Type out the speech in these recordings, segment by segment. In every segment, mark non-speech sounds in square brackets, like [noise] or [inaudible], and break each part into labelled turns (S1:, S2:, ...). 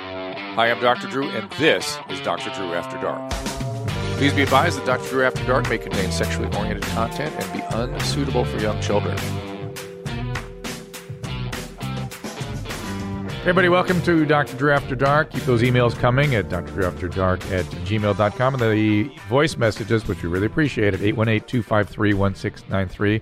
S1: Hi, I'm Dr. Drew, and this is Dr. Drew After Dark. Please be advised that Dr. Drew After Dark may contain sexually oriented content and be unsuitable for young children.
S2: Hey everybody, welcome to Dr. Drew After Dark. Keep those emails coming at drdrewafterdark at gmail.com. And the voice messages, which we really appreciate, at 818-253-1693.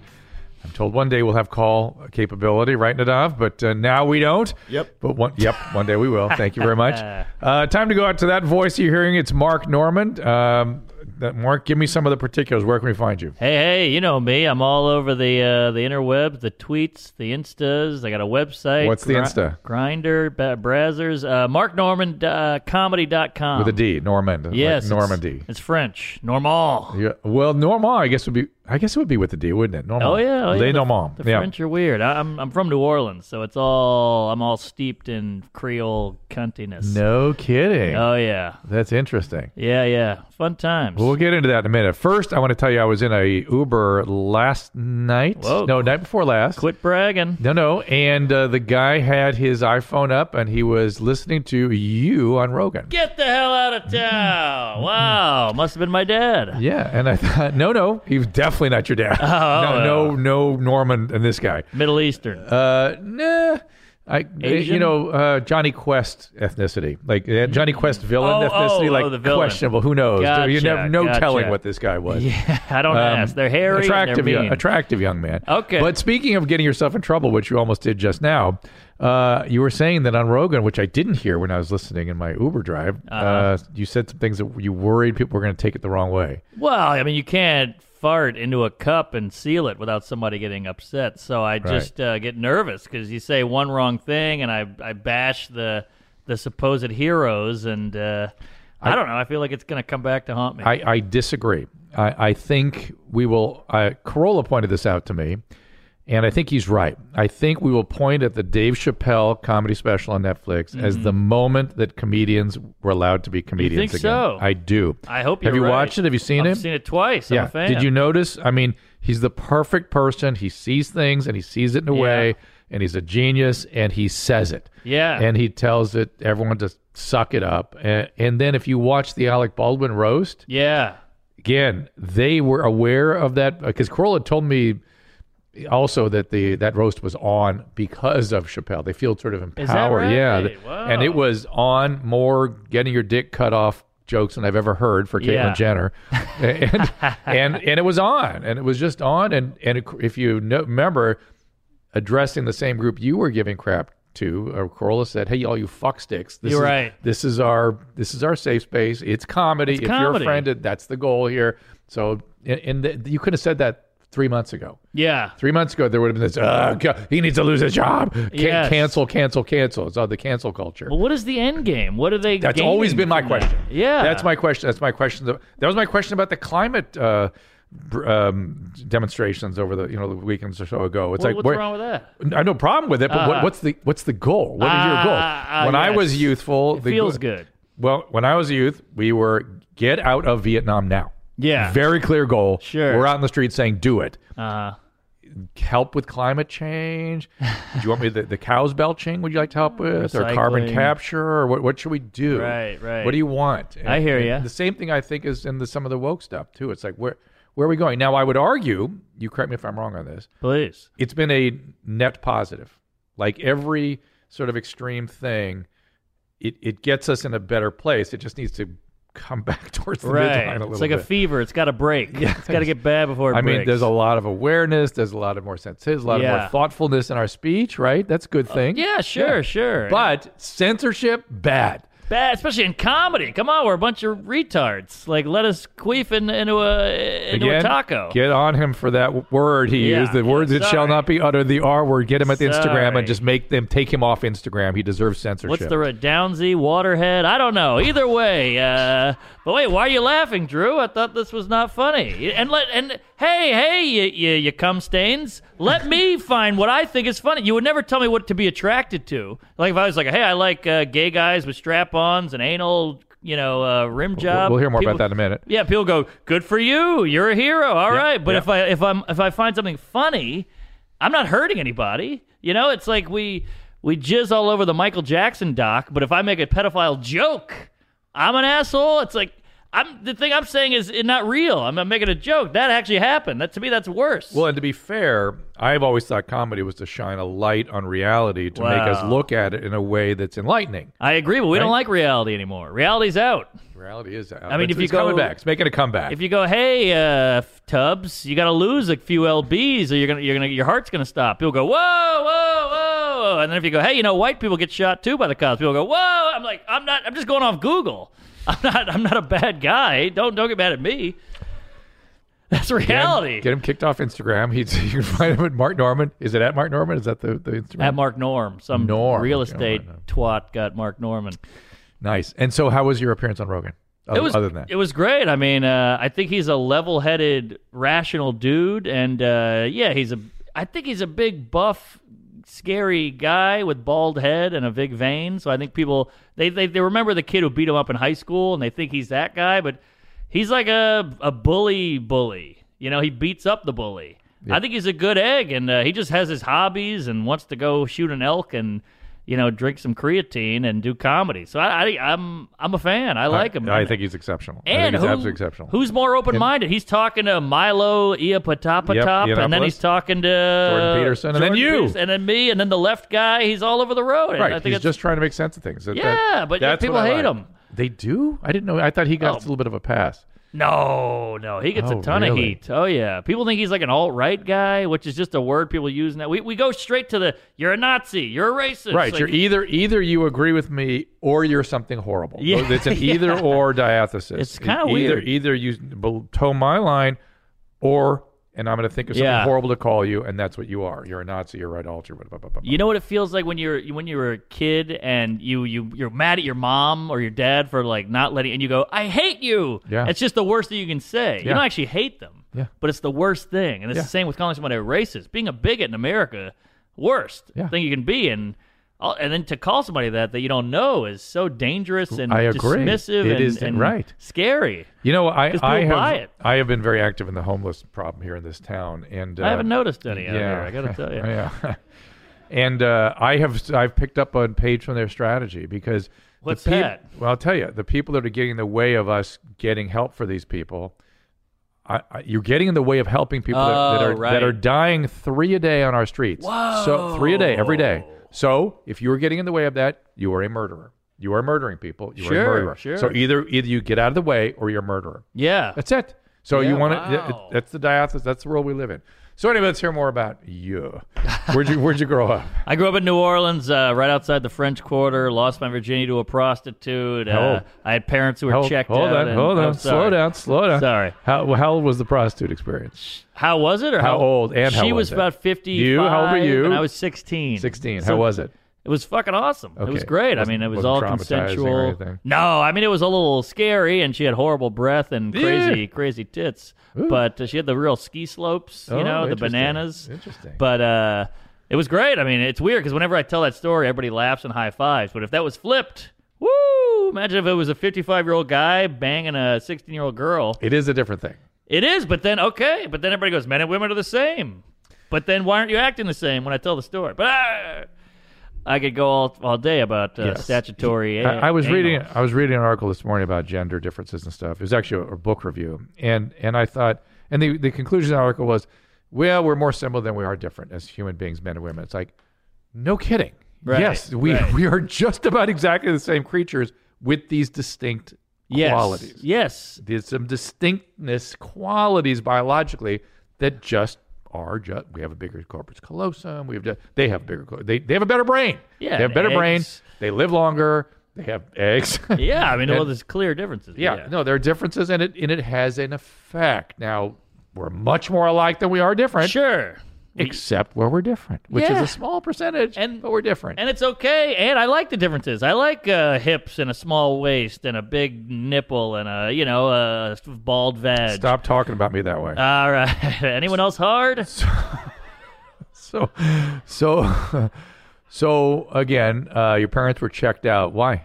S2: I'm told one day we'll have call capability, right, Nadav? But uh, now we don't.
S3: Yep.
S2: But one, yep, one day we will. Thank you very
S4: [laughs]
S2: much. Uh, time to go out to that voice you're hearing. It's Mark Norman. Um, that- Mark, give me some of the particulars. Where can we find you?
S4: Hey, hey, you know me. I'm all over the uh, the interwebs, the tweets, the instas. I got a website.
S2: What's the Insta?
S4: Grinder, ba- Brazzers, uh, marknormancomedy.com.
S2: With a D, Norman. Like
S4: Yes. it's-
S2: Normandy.
S4: It's, French. Normal.
S2: Yeah. Well, Normand, I guess would be. I guess it would be with the D, wouldn't it? Normand.
S4: Oh, yeah. Oh, yeah.
S2: Les
S4: the,
S2: Normands.
S4: The
S2: yeah.
S4: French are weird. I, I'm, I'm from New Orleans, so it's all, I'm all steeped in Creole cuntiness.
S2: No kidding.
S4: Oh, yeah.
S2: That's interesting.
S4: Yeah, yeah. Fun times.
S2: We'll get into that in a minute. First, I want to tell you I was in a Uber last night.
S4: Whoa.
S2: No, night before last. [laughs]
S4: Quit bragging.
S2: No, no. And uh, the guy had his iPhone up and he was listening to you on Rogan.
S4: Get the hell out of town. Wow. Must have been my dad.
S2: Yeah, and I [laughs] thought, no, no, he was definitely not your dad.
S4: [laughs] oh,
S2: no, no, no, Norman and this guy.
S4: Middle Eastern.
S2: Uh, nah. I, you
S4: Asian?
S2: know, uh, Johnny Quest ethnicity, like uh, Johnny Quest villain
S4: Oh,
S2: ethnicity,
S4: oh,
S2: like
S4: oh, the villain.
S2: questionable. Who knows? you
S4: Gotcha,
S2: have no
S4: gotcha.
S2: telling what this guy was.
S4: Yeah, [laughs] I don't
S2: Um,
S4: ask. They're hairy.
S2: attractive,
S4: and they're
S2: young-
S4: mean.
S2: attractive young man.
S4: Okay.
S2: But speaking of getting yourself in trouble, which you almost did just now, uh, you were saying that on Rogan, which I didn't hear when I was listening in my Uber drive, uh
S4: Uh-huh.
S2: you said some things that you worried people were going to take it the wrong way.
S4: well, I mean, you can't fart into a cup and seal it without somebody getting upset. So I just uh, get nervous because you say one wrong thing, and I I bash the the supposed heroes, and uh, I, don't know. I feel like it's gonna come back to haunt me.
S2: I, I disagree. I, I think we will. Uh, Corolla pointed this out to me, and I think he's right. I think we will point at the Dave Chappelle comedy special on Netflix as the moment that comedians were allowed to be comedians
S4: Mm-hmm. think
S2: again.
S4: so?
S2: I do.
S4: I hope
S2: Have
S4: you're
S2: you
S4: right.
S2: watched it? Have you seen
S4: I've
S2: him?
S4: seen it twice. I'm
S2: yeah.
S4: a fan.
S2: Did you notice? I mean, he's the perfect person. He sees things and he sees it in a
S4: Yeah.
S2: way, and he's a genius, and he says it.
S4: Yeah.
S2: And he tells it everyone to suck it up. And, and then if you watch the Alec Baldwin roast,
S4: yeah.
S2: again, they were aware of that because Corolla told me also that the that roast was on because of Chappelle. They feel sort of
S4: Is that
S2: empowered,
S4: right?
S2: yeah. th-
S4: Wow.
S2: And it was on more getting your dick cut off jokes than I've ever heard for Caitlyn
S4: Yeah. [laughs]
S2: Jenner, and, and and it was on, and it was just on, and and if you know, remember addressing the same group you were giving crap to, uh, Corolla said, "Hey, all you fuck sticks, this
S4: You're
S2: is,
S4: right.
S2: This is our this is our safe space. It's comedy. if you're
S4: comedy.
S2: offended, that's the goal here. So, and, and th- you could have said that three months ago.
S4: Yeah.
S2: Three months ago, there would have been this. Uh, he needs to lose his job. Can-
S4: Yes.
S2: Cancel, cancel, cancel. It's all the cancel culture.
S4: Well, what is the end game? What are they?
S2: That's always
S4: gaining
S2: been my
S4: from that?
S2: question.
S4: Yeah.
S2: That's my question. That's my question. That was my question about the climate uh, br- um, demonstrations over the you know the weekends or so ago. It's
S4: What-
S2: like
S4: what's
S2: where-
S4: wrong with that?
S2: I have no problem with it, but what,
S4: Ah.
S2: what's the what's the goal? What is your goal?
S4: Ah, ah,
S2: when I
S4: yes.
S2: was youthful,
S4: It
S2: the
S4: feels
S2: go-
S4: good.
S2: Well, when I was a youth, we were get out of Vietnam now.
S4: Yeah.
S2: Very clear goal.
S4: Sure.
S2: We're out in the street saying do it.
S4: Uh,
S2: Help with climate
S4: [laughs]
S2: change. do you want me the, the cows belching? Would you like to help with or carbon
S4: Recycling.
S2: capture or what? What should we do?
S4: Right, right.
S2: What do you want? And-
S4: I hear
S2: and
S4: ya.
S2: The same thing I think is in the, some of the woke stuff too. It's like where where are we going now? I would argue. You correct me if I'm wrong on this
S4: please.
S2: it's been a net positive. Like every sort of extreme thing, it, it gets us in a better place. It just needs to come [laughs] back towards the midline
S4: Right.
S2: a little
S4: It's like
S2: bit.
S4: a fever. It's got to break. It's got to get bad before it
S2: I
S4: breaks.
S2: mean, there's a lot of awareness. There's a lot of more sensitivity. A lot of more
S4: Yeah. Uh,
S2: thoughtfulness in our speech. Right? That's a good thing.
S4: Yeah, sure, sure.
S2: But censorship, bad.
S4: bad, especially in comedy. Come on, we're a bunch of retards. Like, let us queef in, into a into
S2: Again,
S4: a taco.
S2: Get on him for that w- word he
S4: Yeah,
S2: used. The
S4: yeah,
S2: words that shall
S4: sorry.
S2: not be uttered. The R word. Get him at the Instagram
S4: Sorry.
S2: and just make them take him off Instagram. He deserves censorship.
S4: What's the red Downsy Waterhead? I don't know. Either way, uh, but wait, why are you laughing, Drew? I thought this was not funny. And let and hey, hey, you you, you cum stains. Let me [laughs] find what I think is funny. You would never tell me what to be attracted to. Like if I was like, hey, I like uh, gay guys with strap-ons and anal, you know, uh, rim
S2: We'll-
S4: job.
S2: we'll hear more
S4: People-
S2: about that in a minute.
S4: Yeah, people go, "Good for you. You're a hero." All right, but
S2: yeah.
S4: if I if I'm if I find something funny, I'm not hurting anybody. You know, it's like we We jizz all over the Michael Jackson doc, but if I make a pedophile joke, I'm an asshole. It's like I'm the thing I'm saying is it not real. I'm, I'm making a joke. That actually happened. That to me that's worse.
S2: Well, and to be fair, I've always thought comedy was to shine a light on reality to make us
S4: Wow.
S2: look at it in a way that's enlightening.
S4: I agree, but we don't
S2: Right?
S4: like reality anymore. Reality's out.
S2: Reality is out.
S4: mean,
S2: It's-
S4: if you
S2: it's coming
S4: go-
S2: back, it's making a comeback.
S4: If you go, hey, uh, f- Tubbs, you got to lose a few lbs, or you're gonna, you're gonna, your heart's gonna stop. People go, whoa, whoa, whoa, and then if you go, hey, you know, white people get shot too by the cops. People go, whoa. I'm like, I'm not. I'm just going off Google. [laughs] I'm not. I'm not a bad guy. Don't don't get mad at me. That's reality.
S2: Get him kicked off Instagram. He's, [laughs] you can find him at Mark Norman. Is it at Mark Norman? Is that the, the Instagram?
S4: at Mark Norm, some
S2: Norm.
S4: real
S2: Okay,
S4: estate
S2: Mark Norm.
S4: twat got Mark Norman.
S2: nice. And so, how was your appearance on Rogan? Other,
S4: it was
S2: other than that,
S4: it was great. I mean, uh, I think he's a level-headed, rational dude, and uh, yeah, he's a. I think he's a big buff, scary guy with bald head and a big vein. So I think people they they, they remember the kid who beat him up in high school, and they think he's that guy, but he's like a a bully bully. You know, he beats up the bully. I think he's a good egg, and uh, he just has his hobbies and wants to go shoot an elk and. You know, drink some creatine and do comedy. So I, I, I'm, I'm a fan. I like him.
S2: I think he's exceptional. I think
S4: And
S2: he's
S4: who-
S2: absolutely exceptional.
S4: Who's more open minded? He's talking to Milo Iapatapatop,
S2: Yep,
S4: and then
S2: Yiannopoulos.
S4: he's talking to
S2: Jordan Peterson, and then
S4: Jordan
S2: you.
S4: Peterson, and then me, and then the left guy. He's all over the road. And
S2: right?
S4: I think
S2: he's
S4: it's,
S2: just trying to make sense of things. That-
S4: Yeah, but yet
S2: that's what
S4: people
S2: I like.
S4: hate him.
S2: They do. I didn't know. I thought he got a
S4: Oh.
S2: little bit of a pass.
S4: no, no. He gets
S2: Oh,
S4: a ton of
S2: really?
S4: heat. Oh yeah, people think he's like an alt right guy, which is just a word people use now. We we go straight to the you're a Nazi, you're a racist.
S2: Right.
S4: Like,
S2: you're either either you agree with me or you're something horrible.
S4: [laughs] Yeah,
S2: It's an either or diathesis.
S4: It's kinda
S2: E- either,
S4: weird.
S2: Either you bel- toe my line, or and I'm going to think of something
S4: Yeah.
S2: horrible to call you, and that's what you are. You're a Nazi. You're right altar. Blah, blah, blah, blah,
S4: You know what it feels like when you're when you were a kid and you you you're mad at your mom or your dad for like not letting and you go I hate you.
S2: Yeah.
S4: It's just the worst thing you can say. You
S2: Yeah.
S4: don't actually hate them.
S2: Yeah.
S4: But it's the worst thing. And it's
S2: Yeah.
S4: the same with calling somebody a racist. Being a bigot in America, worst
S2: Yeah.
S4: thing you can be and all- and then to call somebody that that you don't know is so dangerous and
S2: I agree.
S4: dismissive
S2: It
S4: and,
S2: is-
S4: and
S2: right.
S4: scary.
S2: You know, I,
S4: 'Cause people
S2: I have
S4: buy it.
S2: I have been very active in the homeless problem here in this town, and uh,
S4: I haven't noticed any out
S2: Yeah,
S4: here, I gotta
S2: [laughs]
S4: tell you.
S2: yeah, and uh, I have I've picked up a page from their strategy because the
S4: What's
S2: peop-
S4: that?
S2: Well, I'll tell you, the people that are getting in the way of us getting help for these people. I, I, you're getting in the way of helping people that, that
S4: Oh,
S2: are
S4: right.
S2: that are dying three a day on our streets. So three a day every day. So if you are getting in the way of that, you are a murderer. You are murdering people. You are
S4: Sure,
S2: a murderer.
S4: sure.
S2: So either either you get out of the way or you're a murderer.
S4: Yeah.
S2: That's it. So
S4: Yeah,
S2: you want
S4: wow.
S2: to? That's the diocese. That's the world we live in. So anyway, let's hear more about you. Where'd you Where'd you grow up?
S4: I grew up in New Orleans, uh, right outside the French Quarter. Lost my virginity to a prostitute. Uh,
S2: Oh.
S4: I had parents who were
S2: Hold,
S4: [laughs] checked
S2: hold
S4: out.
S2: on,
S4: and-
S2: hold
S4: I'm
S2: on. Slow
S4: sorry.
S2: down, slow down.
S4: Sorry.
S2: How How old was the prostitute experience?
S4: How was it, or how,
S2: How old and how
S4: she
S2: was
S4: was
S2: it?
S4: about fifty.
S2: You? How old were you?
S4: And I was sixteen.
S2: Sixteen.
S4: So
S2: how was it?
S4: It was fucking awesome. It was
S2: Okay.
S4: great. I
S2: Wasn't-
S4: mean, it was
S2: wasn't
S4: all
S2: traumatizing or
S4: consensual.
S2: anything?
S4: No, I mean it was a little scary, and she had horrible breath and crazy,
S2: Yeah.
S4: crazy tits. But uh, she had the real ski slopes, you
S2: Oh,
S4: know, the
S2: interesting.
S4: bananas.
S2: Interesting.
S4: But uh, it was great. I mean, it's weird because whenever I tell that story, everybody laughs and high fives. But if that was flipped, woo! Imagine if it was a 55 year old guy banging a 16 year old girl.
S2: It is a different thing.
S4: It is, but then okay, but then everybody goes, men and women are the same. But then why aren't you acting the same when I tell the story? But I, I could go all, all day about uh,
S2: Yes.
S4: statutory. a-
S2: I, I was
S4: anal.
S2: reading I was reading an article this morning about gender differences and stuff. It was actually a, a book review, and and I thought, and the the conclusion of the article was, well, we're more similar than we are different as human beings, men and women. It's like, no kidding.
S4: Right,
S2: yes, we [laughs]
S4: right.
S2: we are just about exactly the same creatures with these distinct
S4: yes,
S2: qualities.
S4: Yes,
S2: There's some distinctness qualities biologically that just are just we have a bigger corpus callosum. We have to, they have bigger cor- they they have a better brain.
S4: Yeah,
S2: they have better
S4: eggs.
S2: brains. They live longer. They have eggs.
S4: [laughs] yeah. I mean,
S2: And-
S4: well, there's clear differences.
S2: [laughs] yeah, no, there are differences, and it and it has an effect. Now we're much more alike than we are different,
S4: sure.
S2: except where we're different, which
S4: Yeah.
S2: is a small percentage,
S4: And-
S2: but we're different.
S4: And it's okay. And I like the differences. I like uh, hips and a small waist and a big nipple and a you know a bald vag.
S2: Stop talking about me that way.
S4: All right. [laughs] Anyone else
S2: [laughs]
S4: hard?
S2: so, so, [laughs] so again, uh, your parents were checked out. Why?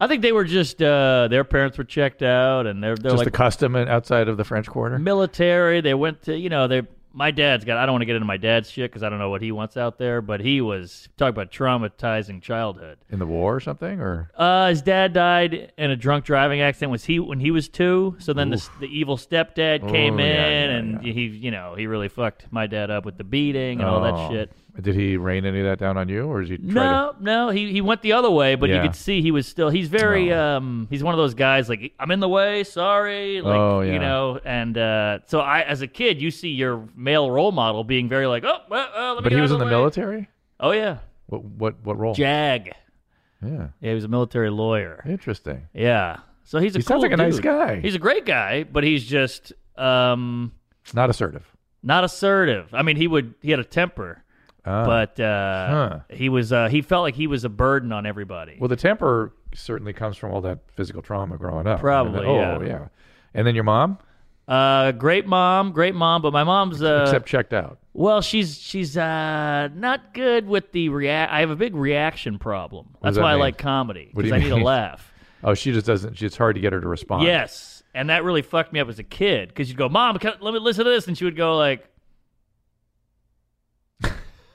S4: I think they were just uh, their parents were checked out and they're they're
S2: Just
S4: like
S2: the custom in- outside of the French Quarter.
S4: military. They went to you know they my dad's got. I don't want to get into my dad's shit because I don't know what he wants out there. But he was talk about traumatizing childhood.
S2: in the war or something, or
S4: Uh, his dad died in a drunk driving accident. Was he when he was two? So then the, the evil stepdad came
S2: Oh, yeah,
S4: in,
S2: yeah,
S4: and
S2: yeah.
S4: he, you know, he really fucked my dad up with the beating and all that
S2: Oh.
S4: shit.
S2: Did he rain any of that down on you, or is he? Try
S4: No, no, he he went the other way, but you
S2: Yeah. Oh.
S4: could see he was still. He's very um, he's one of those guys like I'm in the way, sorry, like
S2: Oh,
S4: you
S2: yeah.
S4: know. And uh, so I, as a kid, you see your male role model being very like, oh, well, uh, let me
S2: To, but
S4: get
S2: he
S4: out
S2: was in
S4: of
S2: the
S4: way."
S2: military.
S4: Oh yeah,
S2: What what what role?
S4: Jag.
S2: Yeah,
S4: Yeah, he was a military lawyer.
S2: interesting.
S4: Yeah, so he's a
S2: He sounds
S4: cool
S2: like a nice
S4: dude.
S2: guy.
S4: He's a great guy, but he's just um,
S2: Not assertive.
S4: not assertive. I mean, he would he had a temper.
S2: Ah.
S4: But uh,
S2: Huh.
S4: he was uh, he felt like he was a burden on everybody.
S2: well, the temper certainly comes from all that physical trauma growing up.
S4: Probably,
S2: And then- oh
S4: yeah.
S2: yeah. And then your mom,
S4: Uh, great mom, great mom, but my mom's uh,
S2: except checked out.
S4: well, she's she's uh not good with the react. I have a big reaction problem. That's
S2: does that
S4: why I
S2: mean?
S4: like comedy
S2: What do
S4: because
S2: you
S4: I need a
S2: mean? [laughs]
S4: laugh.
S2: Oh, she just doesn't. She, it's hard to get her to respond.
S4: Yes, and that really fucked me up as a kid because you'd go, "Mom, can, let me listen to this," and she would go like, [laughs]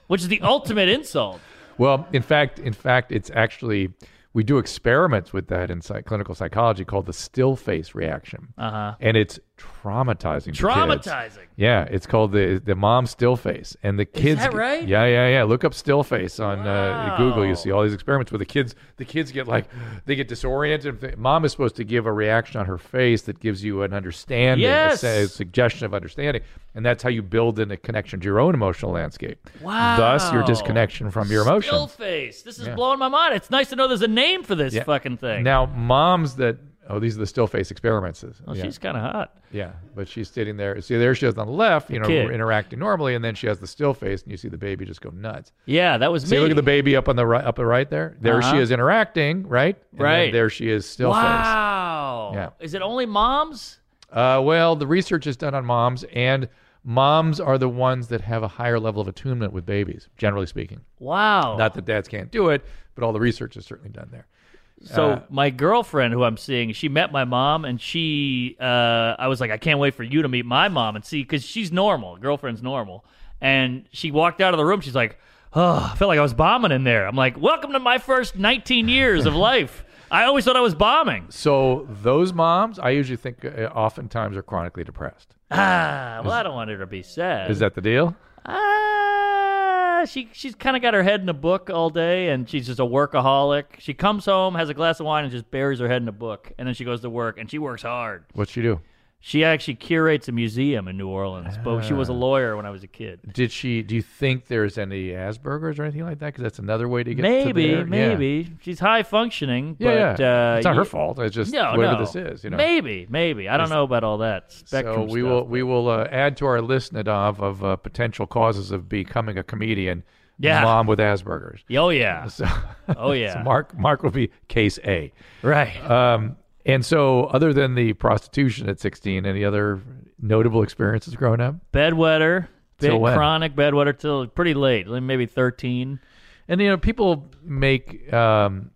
S4: which is the ultimate insult.
S2: Well, in fact, in fact, it's actually we do experiments with that in psych- clinical psychology called the still face reaction,
S4: Uh huh.
S2: and it's traumatizing. to kids.
S4: Traumatizing.
S2: Yeah, it's called the the mom still face, and the kids.
S4: that
S2: get-
S4: right?
S2: Yeah, yeah, yeah. Look up still face on
S4: Wow.
S2: uh, Google. You see all these experiments where the kids the kids get like they get disoriented. If the- Mom is supposed to give a reaction on her face that gives you an understanding, a,
S4: Yes.
S2: sa- a suggestion of understanding, and that's how you build in a connection to your own emotional landscape.
S4: Wow.
S2: Thus, your disconnection from your emotions.
S4: Still face. This is blowing my mind. It's nice to know there's a name for this
S2: Yeah.
S4: fucking thing.
S2: Now, moms that oh, these are the still face experiments.
S4: well,
S2: yeah.
S4: Oh, she's kind of hot.
S2: yeah, but she's sitting there. See, there she is on the left, you know,
S4: kid.
S2: interacting normally, and then she has the still face, and you see the baby just go nuts.
S4: Yeah, that was
S2: See,
S4: me.
S2: look at the baby up on the right, up the right there. There
S4: Uh-huh.
S2: she is interacting, right? And then
S4: Right.
S2: there she is still face.
S4: Wow.
S2: Yeah.
S4: Is it only moms?
S2: Uh, well, the research is done on moms, and moms are the ones that have a higher level of attunement with babies, generally speaking.
S4: Wow.
S2: Not that dads can't do it, but all the research is certainly done there.
S4: so
S2: uh,
S4: my girlfriend who I'm seeing, she met my mom and she uh I was like I can't wait for you to meet my mom and see cuz she's normal. Girlfriend's normal. And she walked out of the room, she's like, "Oh, I felt like I was bombing in there." I'm like, "Welcome to my first 19 years
S2: [laughs]
S4: of life." I always thought I was bombing.
S2: So those moms, I usually think, uh, oftentimes are chronically depressed.
S4: Ah, well, I don't want her to be sad.
S2: Is that the deal?
S4: Ah, she she's kind of got her head in a book all day, and she's just a workaholic. She comes home, has a glass of wine, and just buries her head in a book, and then she goes to work, and she works hard.
S2: What'd she do?
S4: She actually curates a museum in New Orleans, but she was
S2: Ah.
S4: a lawyer when I was a kid.
S2: Did she? Do you think there's any Aspergers or anything like that? Because that's another way to get
S4: Maybe,
S2: to there. Yeah.
S4: maybe she's high functioning,
S2: Yeah,
S4: but
S2: yeah.
S4: Uh,
S2: it's not her
S4: you-
S2: fault. It's just
S4: No,
S2: whatever
S4: no.
S2: this is. You know.
S4: Maybe, maybe. I don't know about all that spectrum.
S2: so we
S4: stuff.
S2: will we will uh, add to our list, Nadav, of uh, potential causes of becoming a comedian.
S4: Yeah.
S2: Mom with Aspergers. [laughs]
S4: Oh yeah.
S2: So,
S4: Oh yeah.
S2: so Mark Mark will be case A.
S4: Right.
S2: Um, and so, other than the prostitution at 16, any other notable experiences growing up?
S4: bedwetter,
S2: Till
S4: big
S2: when?
S4: chronic bedwetter till pretty late, like maybe thirteen.
S2: And you know, people make um,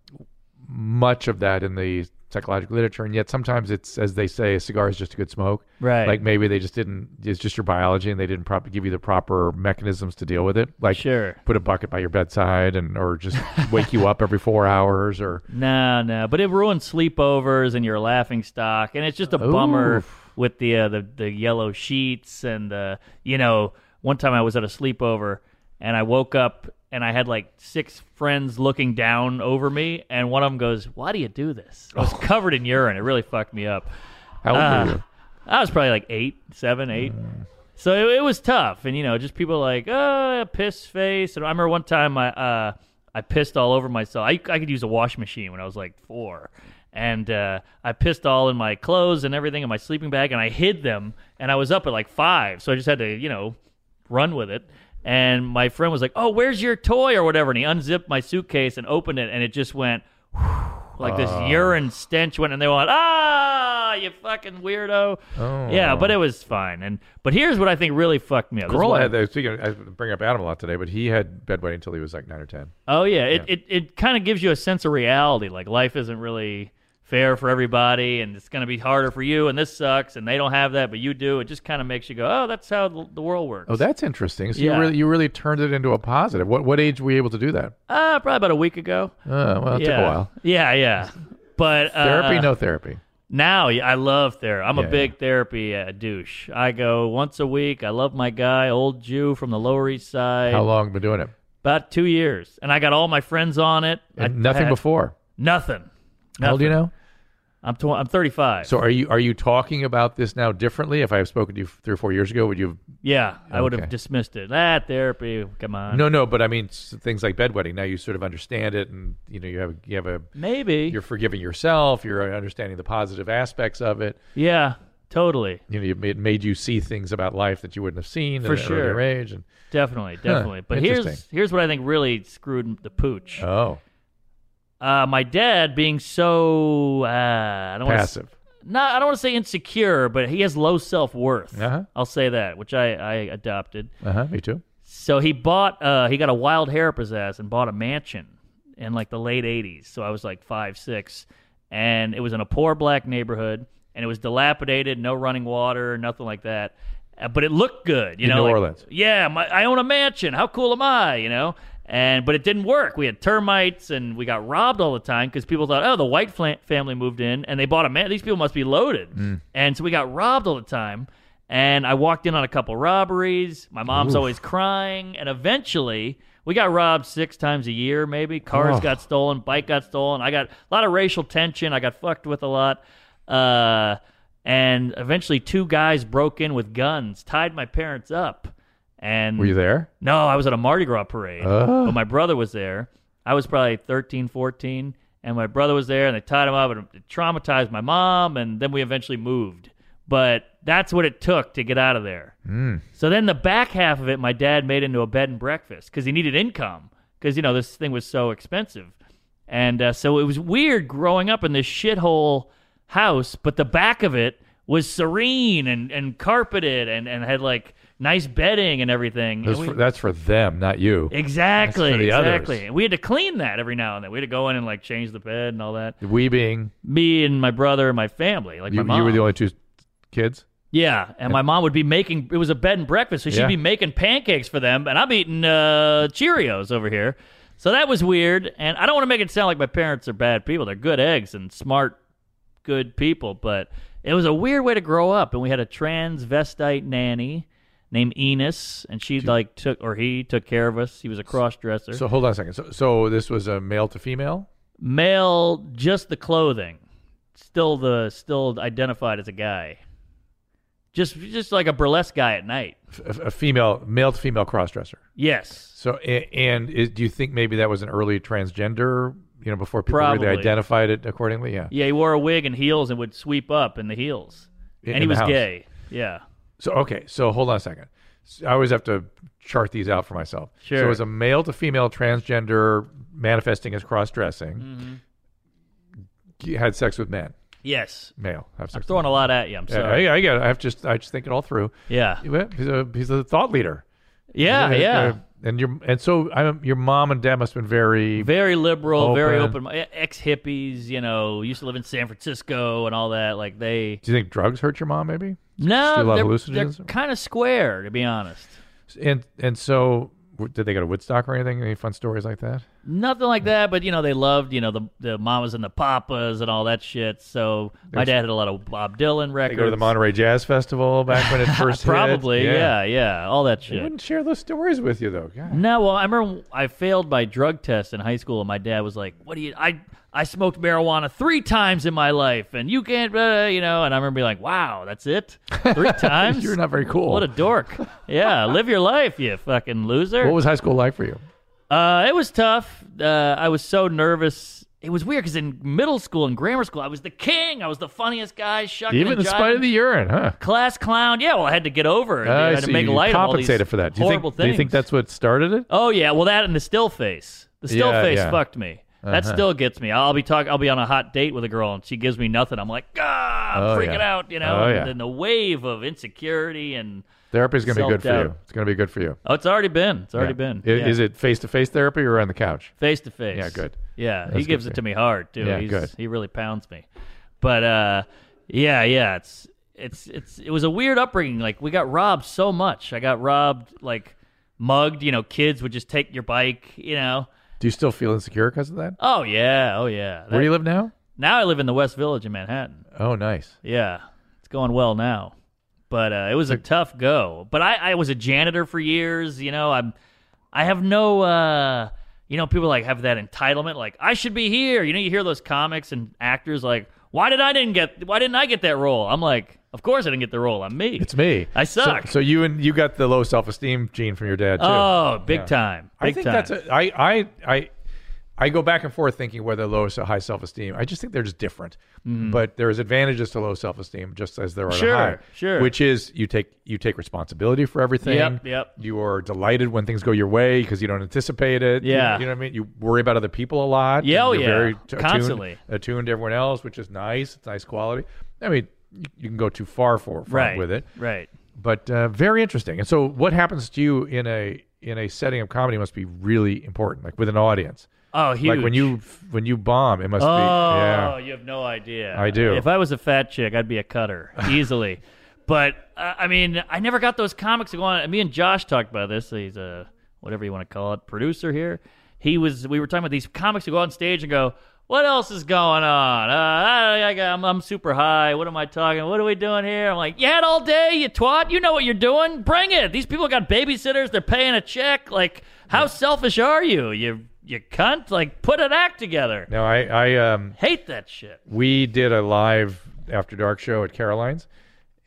S2: much of that in the psychological literature, and yet sometimes it's, as they say, a cigar is just a good smoke.
S4: Right.
S2: Like maybe they just didn't. It's just your biology, and they didn't probably give you the proper mechanisms to deal with it. Like
S4: Sure.
S2: put a bucket by your bedside, and or just [laughs] wake you up every four hours, or
S4: No, no, but it ruins sleepovers and your laughing stock, and it's just a bummer with the uh, the the yellow sheets and the you know. One time I was at a sleepover and I woke up and I had like six friends looking down over me, and one of them goes, "Why do you do this?" I was
S2: Oh.
S4: covered in urine. It really fucked me up.
S2: how old
S4: Uh,
S2: were you?
S4: I was probably like eight, seven, eight. So it, it was tough, and you know, just people like, uh, piss face. And I remember one time I, uh, I pissed all over myself. I, I could use a wash machine when I was like four, and uh, I pissed all in my clothes and everything in my sleeping bag, and I hid them. And I was up at like five, so I just had to, you know, run with it. And my friend was like, "Oh, where's your toy or whatever?" And he unzipped my suitcase and opened it, and it just went like this
S2: Oh.
S4: urine stench went, and they went, "Ah, you fucking weirdo!"
S2: Oh.
S4: Yeah, but it was fine. And but here's what I think really fucked me up. This is
S2: Corolla
S4: why-
S2: had the, speaking of, I bring up Adam a lot today, but he had bedwetting until he was like nine or ten.
S4: oh yeah, it it, it kind of gives you a sense of reality. Like life isn't really fair for everybody, and it's going to be harder for you, and this sucks, and they don't have that, but you do. It just kind of makes you go, oh, that's how the, the world works.
S2: Oh, that's interesting. So
S4: Yeah.
S2: you really you really turned it into a positive. What what age were you able to do that?
S4: uh, probably about a week ago.
S2: Uh, well, it
S4: yeah.
S2: took a while.
S4: Yeah, yeah. But uh,
S2: Therapy, no therapy.
S4: Now yeah, I love therapy. I'm
S2: Yeah.
S4: a big therapy uh, douche. I go once a week. I love my guy, old Jew from the Lower East Side.
S2: How long been doing it?
S4: About two years, and I got all my friends on it. I
S2: And nothing
S4: had
S2: before.
S4: Nothing.
S2: How old do you
S4: Nothing.
S2: know?
S4: I'm tw- I'm 35.
S2: So are you are you talking about this now differently? If I have spoken to you three or four years ago, would you?
S4: yeah, I would
S2: Okay.
S4: have dismissed it. Ah, therapy. Come on.
S2: Have, no, no. But I mean s- things like bedwetting. Now you sort of understand it, and you know you have you have a
S4: Maybe.
S2: you're forgiving yourself. You're understanding the positive aspects of it.
S4: yeah. Totally.
S2: You know, you- it made you see things about life that you wouldn't have seen
S4: For
S2: at an earlier
S4: sure.
S2: age. And
S4: Definitely. Definitely. But here's
S2: Interesting.
S4: here's what I think really screwed the pooch.
S2: oh,
S4: Uh, my dad being so uh, I don't want to
S2: passive.
S4: no, I don't want to say insecure, but he has low self worth.
S2: Uh-huh.
S4: I'll say that, which I, I adopted.
S2: Uh huh. Me too.
S4: So he bought, uh, he got a wild hair up his ass and bought a mansion in like the late 80s. So I was like five, six. And it was in a poor black neighborhood and it was dilapidated, no running water, nothing like that. Uh, but it looked good, you
S2: In
S4: know.
S2: New
S4: like,
S2: Orleans.
S4: Yeah, my, I own a mansion. How cool am I, you know? And but it didn't work. We had termites and we got robbed all the time because people thought, oh, the white flan family moved in and they bought a man. These people must be loaded. And so we got robbed all the time. And I walked in on a couple robberies. My mom's always crying. And eventually, we got robbed six times a year, maybe. Cars
S2: Oh.
S4: got stolen, bike got stolen. I got a lot of racial tension. I got fucked with a lot. Uh, and eventually, two guys broke in with guns, tied my parents up. And
S2: Were you there?
S4: no, I was at a Mardi Gras parade,
S2: Oh.
S4: but my brother was there. I was probably 13, 14, and my brother was there, and they tied him up, and it traumatized my mom, and then we eventually moved. But that's what it took to get out of there. So then the back half of it, my dad made into a bed and breakfast because he needed income because you know this thing was so expensive, and uh, so it was weird growing up in this shithole house. But the back of it was serene and, and carpeted and, and had like nice bedding and everything. And
S2: That's
S4: we-
S2: for, that's for them, not you.
S4: exactly,
S2: That's for the others.
S4: exactly. We had to clean that every now and then. We had to go in and like change the bed and all that.
S2: We being
S4: Me and my brother and my family, like my
S2: you,
S4: mom.
S2: you were the only two kids.
S4: Yeah, and my mom would be making it was a bed and breakfast, so she'd
S2: Yeah.
S4: be making pancakes for them, and I'm eating uh, Cheerios over here. So that was weird, and I don't want to make it sound like my parents are bad people. They're good eggs and smart, good people, but it was a weird way to grow up. And we had a transvestite nanny named Enos, and she like took or he took care of us. He was a cross dresser,
S2: So hold on a second. So, so this was a male to female.
S4: male, just the clothing, still the still identified as a guy, just just like a burlesque guy at night.
S2: F- a, a female male to female crossdresser.
S4: Yes.
S2: So a- and is, do you think maybe that was an early transgender? You know, before people really
S4: Probably.
S2: identified it accordingly. Yeah.
S4: Yeah, he wore a wig and heels and would sweep up in the heels.
S2: In-
S4: and
S2: in
S4: he
S2: the
S4: was
S2: house.
S4: gay. Yeah.
S2: So okay. So hold on a second. S- I always have to chart these out for myself. So it
S4: Sure.
S2: was a male to female transgender manifesting as cross
S4: Mm-hmm.
S2: dressing. Had sex with men.
S4: Yes.
S2: Male. Have sex.
S4: Throwing a lot at you, I'm
S2: with men.
S4: sorry.
S2: I, I get it. I have just I just think it all through.
S4: Yeah.
S2: Well, He's a he's a thought leader.
S4: Yeah,
S2: Uh,
S4: yeah.
S2: uh, and your and so I'm, your mom and dad must have been very.
S4: Very liberal, very
S2: Open.
S4: open. Ex hippies, you know, used to live in San Francisco and all that. Like they,
S2: Do you think drugs hurt your mom? Maybe.
S4: no,
S2: a lot of
S4: they're,
S2: hallucinogens?
S4: they're kind of square, to be honest.
S2: And and so w- did they go to Woodstock or anything? Any fun stories like that?
S4: Nothing like that, but you know, they loved, you know, the the mamas and the papas and all that shit. So my dad had a lot of Bob Dylan
S2: They
S4: records.
S2: go to the Monterey Jazz Festival back [laughs] when it first hit?
S4: Probably, yeah. yeah, all that
S2: They
S4: shit.
S2: wouldn't share those stories with you though. God.
S4: No, well, I remember I failed my drug test in high school, and my dad was like, "What do you? I I smoked marijuana three times in my life, and you can't, uh, you know." And I remember being like, "Wow, that's it,
S2: [laughs]
S4: three times?
S2: You're not very cool.
S4: what a dork! Yeah, live your life, you fucking loser."
S2: what was high school like for you?
S4: Uh, it was tough. Uh, I was so nervous. It was weird because in middle school and grammar school, I was the king. I was the funniest guy. Shucking
S2: Even
S4: and
S2: in spite
S4: jiving.
S2: of the urine,
S4: [laughs]
S2: huh?
S4: class clown, yeah. Well, I had to get over it. I
S2: I
S4: had
S2: see.
S4: to make
S2: you
S4: light of all these
S2: compensated for that. Do you
S4: horrible
S2: think do you think
S4: things.
S2: that's what started it?
S4: Oh yeah, well that and the still face. The still
S2: Yeah,
S4: face
S2: yeah. Uh-huh.
S4: fucked me. That still gets me. I'll be talk. I'll be on a hot date with a girl and she gives me nothing. I'm like, ah, I'm
S2: Oh,
S4: freaking
S2: yeah.
S4: out, you know.
S2: Oh,
S4: and
S2: yeah.
S4: then the wave of insecurity and
S2: Therapy is going to be good for
S4: Self-doubt.
S2: you. It's going to be good for you.
S4: Oh, it's already been. It's already
S2: Yeah.
S4: been.
S2: I- Is it face to face therapy or on the couch?
S4: face to face?
S2: Yeah, good.
S4: Yeah,
S2: That's
S4: he gives
S2: good
S4: it
S2: for
S4: to me hard too.
S2: Yeah,
S4: He's,
S2: good.
S4: He really pounds me. But uh, yeah, yeah, it's it's it's it was a weird upbringing. Like we got robbed so much. I got robbed, like mugged. You know, kids would just take your bike. You know.
S2: Do you still feel insecure because of that?
S4: Oh yeah, oh yeah.
S2: Where do you live now?
S4: now I live in the West Village in Manhattan.
S2: Oh, nice.
S4: Yeah, it's going well now, but uh, it was a tough go. But I, I was a janitor for years. You know, I'm, I have no, uh, you know, people like have that entitlement. Like I should be here. You know, you hear those comics and actors like, why did I didn't get, why didn't I get that role? I'm like, of course I didn't get the role. I'm me.
S2: It's me.
S4: I
S2: So-
S4: suck.
S2: So, you and you got the low self esteem gene from your dad too.
S4: oh, big time.
S2: I
S4: Big
S2: think
S4: time.
S2: that's a, I, I I I go back and forth thinking whether low or high self esteem. I just think they're just different. But there's advantages to low self esteem just as there are
S4: Mm-hmm. Sure,
S2: to high.
S4: sure.
S2: Which is you take you take responsibility for everything.
S4: Yep, yep.
S2: You are delighted when things go your way because you don't anticipate it. You-
S4: Yeah.
S2: You, know what I mean? You worry about other people a lot.
S4: Yeah,
S2: and
S4: oh,
S2: you're
S4: yeah.
S2: Very t- attuned-
S4: Constantly.
S2: attuned, to everyone else, which is nice. It's nice quality. I mean, you, you can go too far for front
S4: right
S2: with it
S4: Right.
S2: but uh, very interesting. And so, what happens to you in a in a setting of comedy must be really important, like with an audience.
S4: Oh, huge.
S2: Like when you when you bomb, it must
S4: Oh,
S2: be yeah.
S4: you have no idea.
S2: I do.
S4: If I was a fat chick, I'd be
S2: [laughs]
S4: a cutter easily. but uh, I mean, I never got those comics to go on. Me and Josh talked about this. He's a whatever you want to call it producer here. He was. We were talking about these comics who go on stage and go. What else is going on? Uh, I, I, I'm, I'm super high. What am I talking? What are we doing here? I'm like, you had all day, you twat. You know what you're doing. Bring it. These people got babysitters. They're paying a check. Like, how selfish are you? You you cunt. Like, put an act together.
S2: No, I I um
S4: Hate that shit.
S2: we did a live after dark show at Caroline's.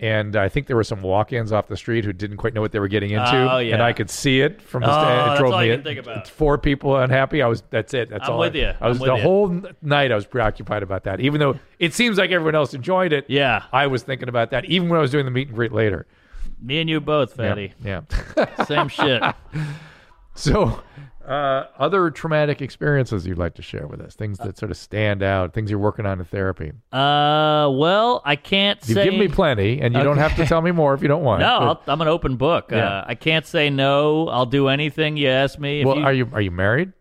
S2: And I think there were some walk-ins off the street who didn't quite know what they were getting into,
S4: Oh, yeah.
S2: and I could see it from the
S4: Oh,
S2: stand.
S4: that's
S2: It drove
S4: all
S2: me
S4: you
S2: in-
S4: can think about.
S2: Four people unhappy. I was. That's it. That's
S4: I'm
S2: all.
S4: with
S2: I,
S4: you.
S2: I was
S4: I'm with
S2: the
S4: you.
S2: whole n- night. I was preoccupied about that, even though it seems like everyone else enjoyed it.
S4: Yeah.
S2: I was thinking about that, even when I was doing the meet and greet later.
S4: Me and you both, fatty.
S2: Yeah. [laughs]
S4: Same shit. Uh,
S2: so, uh, other traumatic experiences you'd like to share with us? Things that sort of stand out, things you're working on in therapy.
S4: Uh, well, I can't
S2: You've
S4: say.
S2: given me plenty, and you don't have to tell me more if you don't want.
S4: no,
S2: But-
S4: I'll, I'm an open book.
S2: Yeah.
S4: Uh, I can't say no. I'll do anything you ask me. If
S2: well,
S4: you,
S2: are you are you married?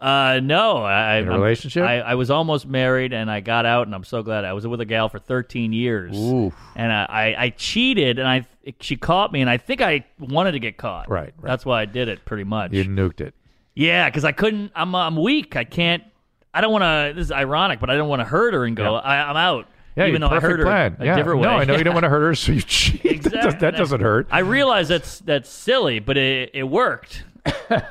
S4: uh, no, I,
S2: In a
S4: I'm-
S2: relationship?
S4: I, I was almost married and I got out, and I'm so glad I was with a gal for 13 years.
S2: Ooh.
S4: And I, I, I cheated, and I she caught me, and I think I wanted to get caught.
S2: Right, right.
S4: That's why I did it, pretty much.
S2: You nuked it.
S4: Yeah, because I couldn't. I'm uh, I'm weak. I can't. I don't want to. This is ironic, but I don't want to hurt her and go.
S2: Yeah.
S4: I, I'm out.
S2: Yeah,
S4: even
S2: you
S4: though I hurt
S2: perfect
S4: her
S2: plan.
S4: a
S2: yeah.
S4: different way.
S2: No, I
S4: [laughs]
S2: know you don't want to hurt her, so you [laughs] cheat. That does-
S4: Exactly.
S2: that, doesn't hurt.
S4: I realize that's that's silly, but it
S2: [laughs]
S4: it worked,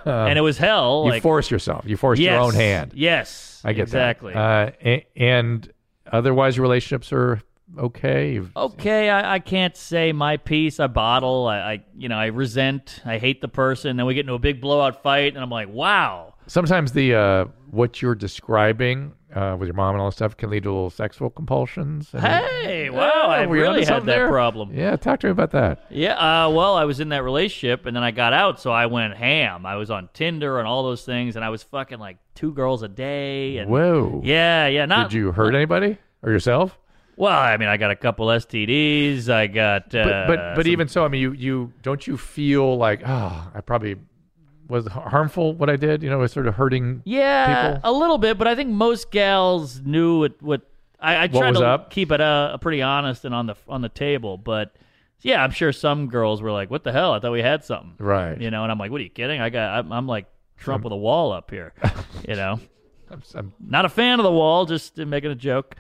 S4: and it was hell.
S2: you
S4: like,
S2: force yourself. You force
S4: yes,
S2: your own hand.
S4: Yes,
S2: I get
S4: exactly.
S2: that. Exactly. Uh, a- and otherwise, your relationships are okay. You've-
S4: okay, I, I can't say my piece. I bottle. I, I you know I resent. I hate the person. Then we get into a big blowout fight, and I'm like, wow.
S2: Sometimes the uh, what you're describing uh, with your mom and all that stuff can lead to little sexual compulsions. and-
S4: Hey, wow! I
S2: we're onto
S4: really had that
S2: something there.
S4: problem.
S2: Yeah, talk to me about that.
S4: Yeah, uh, well, I was in that relationship, and then I got out, so I went ham. I was on Tinder and all those things, and I was fucking like two girls a day. And
S2: Whoa.
S4: Yeah, yeah. Not
S2: Did you hurt anybody or yourself?
S4: well. I mean, I got a couple STDs. I got. Uh,
S2: But but, but
S4: some-
S2: even so, I mean, you you don't you feel like oh, I probably was harmful what I did. You know, was sort of hurting.
S4: yeah,
S2: people-
S4: a little bit. But I think most gals knew what what I, I tried
S2: was
S4: to
S2: up?
S4: keep it uh, pretty honest and on the on the table. But yeah, I'm sure some girls were like, "What the hell? I thought we had something."
S2: Right.
S4: You know, and I'm like, "What are you kidding? I got. I'm, I'm like Trump with a wall up here." you know.
S2: I'm- I'm-
S4: Not a fan of the wall, just uh, making a joke.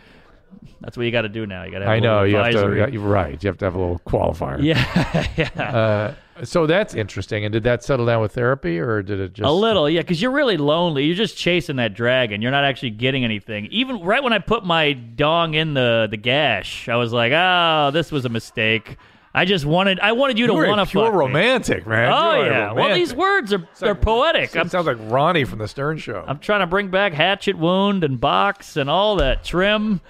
S4: That's what you got to do now. You got to.
S2: I know you have to.
S4: advisory.
S2: yeah, You're right. You have to have a little qualifier.
S4: [laughs] Yeah, yeah.
S2: Uh, so that's interesting. And did that settle down with therapy, or did it just
S4: a little, yeah, because you're really lonely. You're just chasing that dragon. You're not actually getting anything. Even right when I put my dong in the the gash, I was like, oh, this was a mistake. I just wanted, I wanted you,
S2: You
S4: to
S2: were a
S4: want to
S2: pure
S4: fuck me.
S2: romantic, man.
S4: Oh
S2: You are a
S4: yeah. Well,
S2: romantic.
S4: these words are they're poetic. I'm
S2: It sounds like Ronnie from the Stern Show.
S4: I'm trying to bring back hatchet wound and box and all that trim.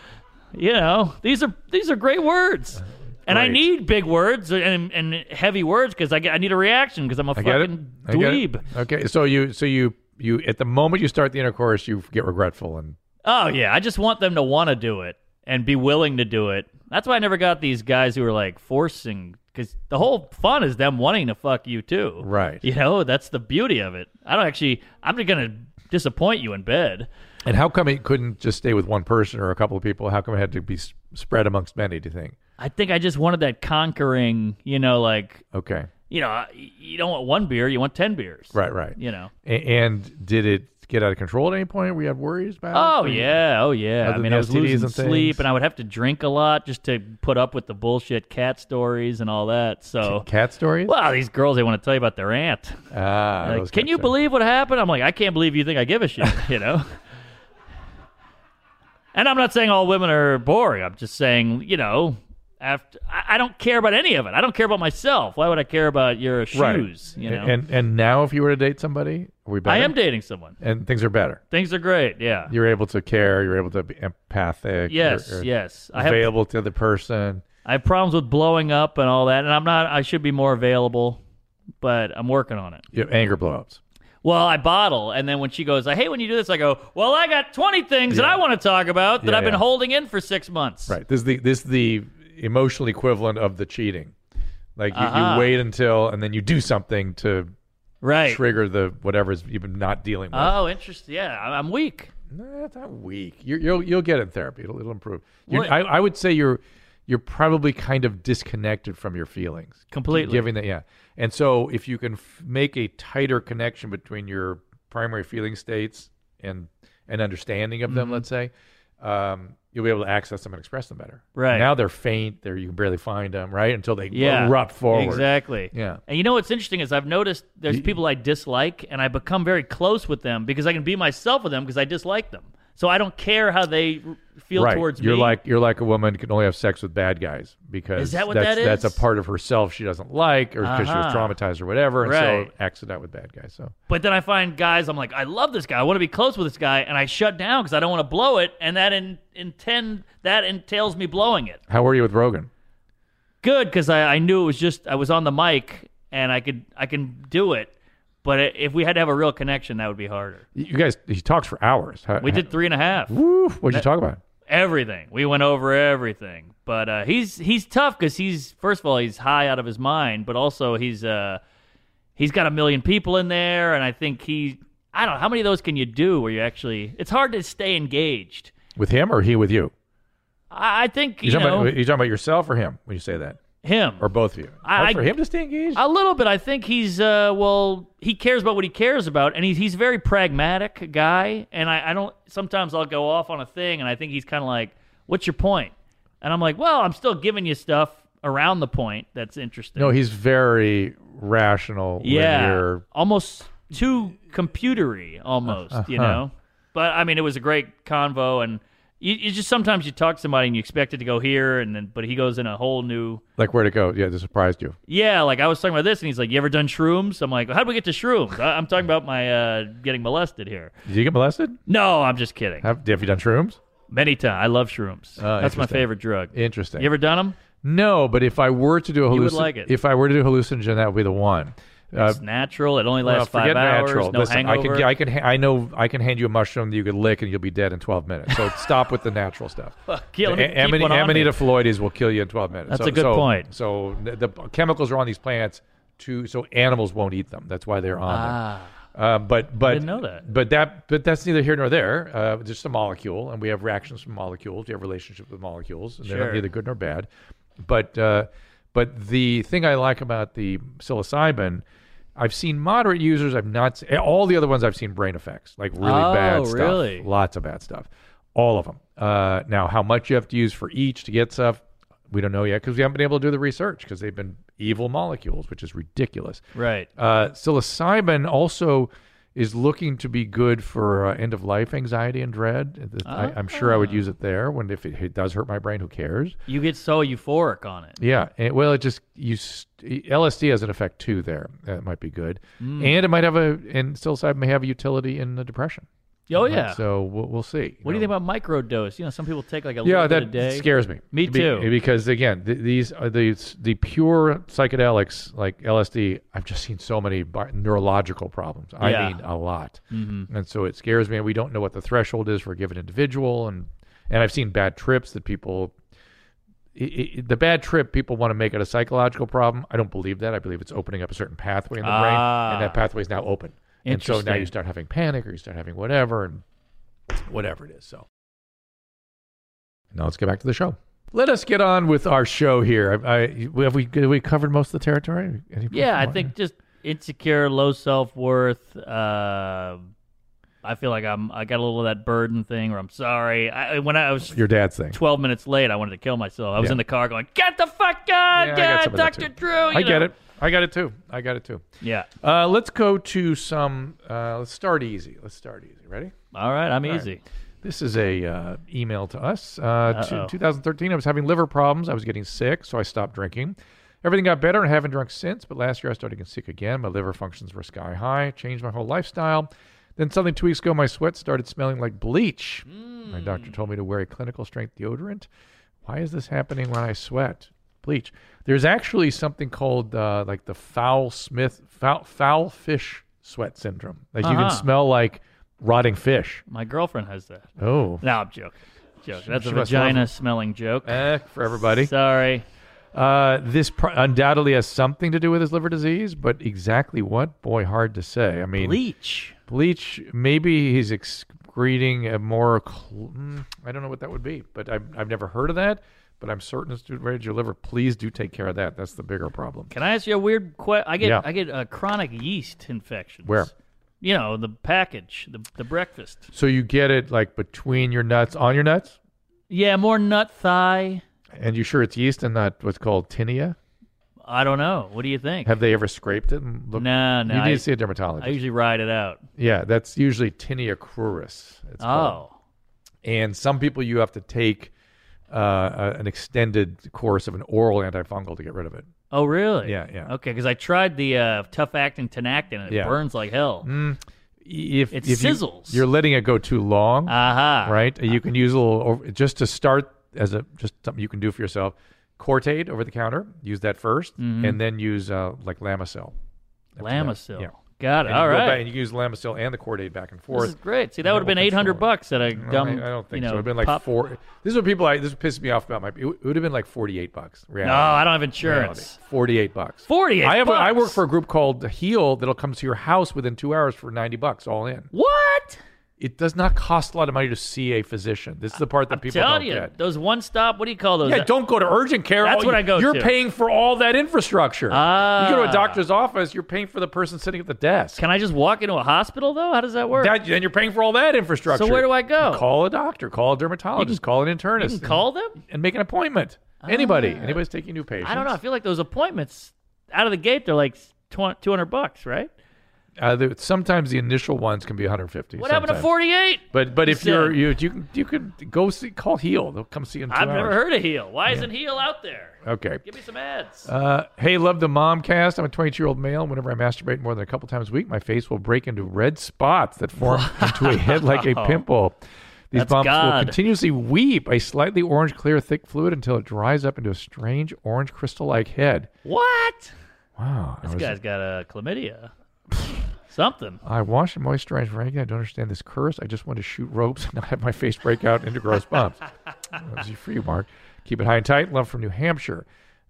S4: You know, these are these are great words. And I
S2: Great.
S4: need big words and, and heavy words because I, get- I need a reaction because I'm a
S2: Get it?
S4: fucking
S2: I get
S4: dweeb.
S2: it? Okay, so you, so you, you, at the moment you start the intercourse, you get regretful, and
S4: Oh yeah, I just want them to want to do it, and be willing to do it. That's why I never got these guys who are like forcing because the whole fun is them wanting to fuck you too.
S2: Right.
S4: You know, that's the beauty of it. I don't actually. I'm just gonna disappoint you in bed.
S2: And how come it couldn't just stay with one person or a couple of people? How come it had to be s- spread amongst many? Do you think?
S4: I think I just wanted that conquering. You know, like
S2: Okay,
S4: you know, you don't want one beer, you want ten beers.
S2: right, right.
S4: You know.
S2: A- and did it get out of control at any point? We had worries about. it?
S4: Oh
S2: Or-
S4: yeah, oh yeah.
S2: Other
S4: I
S2: than
S4: mean,
S2: the
S4: I was
S2: STDs
S4: losing
S2: and
S4: sleep,
S2: things.
S4: and I would have to drink a lot just to put up with the bullshit cat stories and all that. So,
S2: [laughs] cat stories.
S4: wow, these girls they want to tell you about their aunt.
S2: Ah,
S4: Like,
S2: those
S4: Can
S2: kinds
S4: you
S2: of-
S4: believe what happened? I'm like, I can't believe you think I give a shit. [laughs] You know. and I'm not saying all women are boring. I'm just saying, you know, after I, I don't care about any of it. I don't care about myself. Why would I care about your
S2: Right.
S4: shoes? You know.
S2: And and now, if you were to date somebody, are we better?
S4: I am dating someone.
S2: and things are better.
S4: Things are great. Yeah.
S2: You're able to care. You're able to be empathic.
S4: yes.
S2: you're- you're
S4: yes. I have
S2: Available to the person.
S4: I have problems with blowing up and all that, and I'm not. I should be more available, but I'm working on it.
S2: You have anger blowups.
S4: Well, I bottle, and then when she goes, I hate when you do this. I go, Well, I got 20 things that I want to talk about that
S2: Yeah,
S4: I've been
S2: yeah.
S4: holding in for six months.
S2: Right. This is the this is the emotional equivalent of the cheating. Like you,
S4: Uh-huh.
S2: you wait until and then you do something to
S4: Right.
S2: trigger the whatever's you've been not dealing with.
S4: Oh, interesting. Yeah, I- I'm weak.
S2: No, that's not weak. you you'll you'll get in therapy. It'll, it'll improve. You're,
S4: What-
S2: I, I would say you're you're probably kind of disconnected from your feelings
S4: Completely.
S2: Giving that, yeah. And so if you can f- make a tighter connection between your primary feeling states and an understanding of
S4: Mm-hmm.
S2: them, let's say, um, you'll be able to access them and express them better.
S4: Right.
S2: now they're faint. There you can barely find them. Right until they
S4: Yeah.
S2: erupt forward.
S4: Exactly.
S2: Yeah.
S4: And you know what's interesting is I've noticed there's people I dislike, and I become very close with them because I can be myself with them because I dislike them. So I don't care how they r- feel
S2: Right.
S4: towards
S2: you're
S4: me.
S2: like you're like a woman who can only have sex with bad guys because
S4: Is that what
S2: that's,
S4: that
S2: that's
S4: is?
S2: a part of herself she doesn't like or because she was
S4: Uh-huh.
S2: traumatized or whatever and
S4: Right.
S2: so acts it out with bad guys. So
S4: But then I find guys, I'm like, I love this guy. I want to be close with this guy, and I shut down because I don't want to blow it, and that in, intend that entails me blowing it.
S2: how were you with Rogan?
S4: Good because I, I knew it was just I was on the mic and I could I can do it. But i- if we had to have a real connection, that would be harder.
S2: You guys he talks for hours. How,
S4: We did three and a half.
S2: woo, what'd you talk about?
S4: Everything we went over everything. But uh, he's he's tough because he's first of all he's high out of his mind, but also he's uh he's got a million people in there, and I think he I don't know how many of those can you do where you actually it's hard to stay engaged.
S2: With him or he with you?
S4: I, I think you
S2: You talking,
S4: know
S2: about, you talking about yourself or him when you say that?
S4: him
S2: Or both of you?
S4: I-
S2: Hard
S4: I-
S2: for him to stay engaged?
S4: A little bit. I think he's uh, well. He cares about what he cares about, and he's he's a very pragmatic guy. And I, I don't. Sometimes I'll go off on a thing, and I think he's kind of like, "What's your point?" And I'm like, "Well, I'm still giving you stuff around the point that's interesting."
S2: no, he's very rational,
S4: yeah,
S2: linear.
S4: almost too computery, almost. You know. But I mean, it was a great convo, and you, you just sometimes you talk to somebody and you expect it to go here, and then but he goes in a whole new
S2: Like where'd it go? Yeah, that surprised you.
S4: yeah, like I was talking about this, and he's like, "You ever done shrooms?" I'm like, "How do we get to shrooms?" I- I'm talking about my uh, getting molested here.
S2: Did you get molested?
S4: No, I'm just kidding.
S2: Have, have you done shrooms?
S4: Many times, I love shrooms.
S2: Oh,
S4: That's
S2: interesting.
S4: my
S2: Uh,
S4: favorite drug.
S2: Interesting.
S4: You ever done them?
S2: No, but if I were to do a hallucinogen,
S4: You would like it.
S2: if I were to do hallucinogen, that would be the one. Uh,
S4: It's natural. It only
S2: well,
S4: lasts five hours. No
S2: Listen, I
S4: hangover.
S2: can, I can, ha- I know, I can hand you a mushroom that you could lick and you'll be dead in twelve minutes.
S4: [laughs]
S2: So stop with the natural stuff.
S4: Yeah, let me
S2: A-
S4: keep
S2: Amani-
S4: one on me.
S2: Amanita phalloides will kill you in twelve minutes.
S4: That's
S2: So-
S4: a good
S2: so-
S4: point.
S2: So n- the chemicals are on these plants to so animals won't eat them. That's why they're on them.
S4: Ah,
S2: Uh, but but
S4: didn't know that.
S2: But that but that's neither here nor there. Uh, just a molecule, and we have reactions from molecules. We have relationships with molecules, and
S4: Sure.
S2: they're neither good nor bad. But uh, but the thing I like about the psilocybin, I've seen moderate users. I've not se- all the other ones. I've seen brain effects, like really
S4: Oh,
S2: bad stuff,
S4: really?
S2: lots of bad stuff, all of them. Uh, now, how much you have to use for each to get stuff, we don't know yet because we haven't been able to do the research because they've been evil molecules, which is ridiculous.
S4: right.
S2: Uh, psilocybin also is looking to be good for uh, end of life anxiety and dread. I, I'm sure I would use
S4: Ah.
S2: it there. When if it, it does hurt my brain, who cares?
S4: You get so euphoric on it.
S2: Yeah. and- well, it just you s- LSD has an effect too. There, that might be good,
S4: Hmm.
S2: and it might have a and psilocybin may have a utility in the depression.
S4: Oh
S2: Right?
S4: yeah.
S2: So we'll, we'll see.
S4: what do you think about microdose? You know, some people take like a
S2: Yeah,
S4: little bit a
S2: that
S4: day.
S2: scares me.
S4: Me
S2: Be-
S4: too.
S2: because again, th- these are these the pure psychedelics like LSD. I've just seen so many bi- neurological problems. I
S4: Yeah. Mm-hmm.
S2: mean, a lot, and so it scares me. And we don't know what the threshold is for a given individual, and and I've seen bad trips that people. i i the bad trip people want to make it a psychological problem. I don't believe that. I believe it's opening up a certain pathway in the brain,
S4: Ah.
S2: and that pathway is now open. And so now
S4: Interesting.
S2: you start having panic, or you start having whatever, and whatever it is. So now let's get back to the show. Let us get on with our show here. I, I, have we have we covered most of the territory? Any-
S4: Yeah, I think just insecure, low self worth. Uh, I feel like I'm. I got a little of that burden thing, or I'm sorry. I, when I was
S2: your dad's thing.
S4: 12 minutes late, I wanted to kill myself. I was
S2: Yeah.
S4: in the car going, "Get the fuck out,
S2: Yeah, I got
S4: yeah,
S2: some of that
S4: Doctor
S2: too.
S4: Drew."
S2: I
S4: you
S2: get
S4: know.
S2: it. I got it too. I got it too.
S4: Yeah.
S2: Uh, let's go to some. Uh, let's start easy. Let's start easy. Ready?
S4: All right, I'm
S2: right.
S4: easy.
S2: This is a uh, email to us. Uh, to-
S4: Uh-oh.
S2: 2013. I was having liver problems. I was getting sick, so I stopped drinking. Everything got better, and I haven't drunk since. But last year, I started getting sick again. My liver functions were sky high. Changed my whole lifestyle. Then suddenly, two weeks ago, my sweat started smelling like bleach.
S4: Hmm.
S2: My doctor told me to wear a clinical strength deodorant. Why is this happening when I sweat? Bleach. There's actually something called uh, like the foul Smith foul, foul fish sweat syndrome. Like you
S4: Uh-huh.
S2: can smell like rotting fish.
S4: My girlfriend has that.
S2: Oh.
S4: No, I'm joking. Joke. That's a
S2: she must love
S4: vagina
S2: it.
S4: smelling joke.
S2: Eh, for everybody.
S4: Sorry.
S2: Uh, this pr- undoubtedly has something to do with his liver disease, but exactly what? Boy, hard to say. I mean,
S4: Bleach.
S2: bleach. Maybe he's excreting a more. Cl- mm, I don't know what that would be, but I've, I've never heard of that. But I'm certain it's due to your liver. Please do take care of that. That's the bigger problem.
S4: Can I ask you a weird question? I get
S2: Yeah.
S4: I get uh, chronic yeast infections.
S2: Where?
S4: You know the package, the the breakfast.
S2: So you get it like between your nuts, on your nuts,
S4: Yeah, more nut thigh.
S2: and you sure it's yeast and not what's called tinea?
S4: I don't know. What do you think?
S2: Have they ever scraped it? And looked?
S4: no, no.
S2: you need
S4: I,
S2: to see a
S4: I
S2: dermatologist.
S4: usually ride it out.
S2: yeah, that's usually tinea cruris. It's called.
S4: Oh,
S2: and some people you have to take uh, a- an extended course of an oral antifungal to get rid of it.
S4: oh, really?
S2: Yeah, yeah.
S4: Okay, because I tried the uh, tough acting tenactin, and it
S2: Yeah. Mm.
S4: burns like hell.
S2: If
S4: It
S2: if you-
S4: sizzles. Ah.
S2: you're letting it go too long,
S4: Aha.
S2: right? You can use a little or- just to start as a just something you can do for yourself. Cortade over the counter, use that 1st
S4: Mm-hmm.
S2: and then use uh, like Lamisil.
S4: Lamisil.
S2: Yeah.
S4: Got it.
S2: And
S4: All
S2: you go
S4: right.
S2: back- and you can use Lamisil and the Cortade back and forth.
S4: This is great. See, that would have been
S2: opens
S4: eight hundred
S2: forward.
S4: bucks at a
S2: No,
S4: dumb.
S2: Mm, I, I don't think
S4: you know,
S2: so. It'd been like
S4: pop-
S2: four. This is what people. I, this pissed me off about my. It would have been like forty-eight bucks.
S4: No, I don't have insurance.
S2: Forty-eight bucks.
S4: Forty-eight.
S2: I have. a- I
S4: bucks?
S2: work for a group called Heal that'll come to your house within two hours for ninety bucks, all in.
S4: what?
S2: It does not cost a lot of money to see a physician. This is the part that people
S4: Tell
S2: don't
S4: you
S2: get.
S4: those one-stop. What do you call those? Uh,
S2: Yeah, don't go to urgent care.
S4: That's
S2: All
S4: what
S2: you-
S4: I go
S2: You're
S4: to.
S2: paying for all that infrastructure. you go to
S4: Ah.
S2: a doctor's office, you're paying for the person sitting at the desk.
S4: Can I just walk into a hospital though? How does that work?
S2: That- then you're paying for all that infrastructure.
S4: so where do I go?
S2: Call a doctor. Call a dermatologist. call an internist.
S4: You can
S2: and-
S4: call them?
S2: and make an appointment. Anybody, anybody's taking new patients.
S4: I don't know. I feel like those appointments out of the gate they're like two hundred bucks, right?
S2: Uh, the, sometimes the initial ones can be 150.
S4: What happened to
S2: sometimes.
S4: forty-eight?
S2: But but if
S4: said?
S2: you're you you can you can go see call Heal. They'll come see you in two
S4: I've never
S2: hours.
S4: heard of Heel. Why isn't Heel out there?
S2: Okay.
S4: Give me some ads.
S2: Uh, hey, love the momcast. I'm a 22 year old male. and Whenever I masturbate more than a couple times a week, my face will break into red spots that
S4: [laughs]
S2: form into a head like a pimple. These
S4: That's
S2: bumps will
S4: God.
S2: continuously weep a slightly orange, clear, thick fluid until it dries up into a strange orange crystal like head.
S4: what?
S2: Wow. I
S4: This
S2: was-
S4: guy's got a chlamydia. Something.
S2: I wash and moisturize regularly. I don't understand this curse. I just want to shoot ropes [laughs] and not have my face break out into gross bumps. That's for you, Mark. Keep it high and tight. Love from New Hampshire.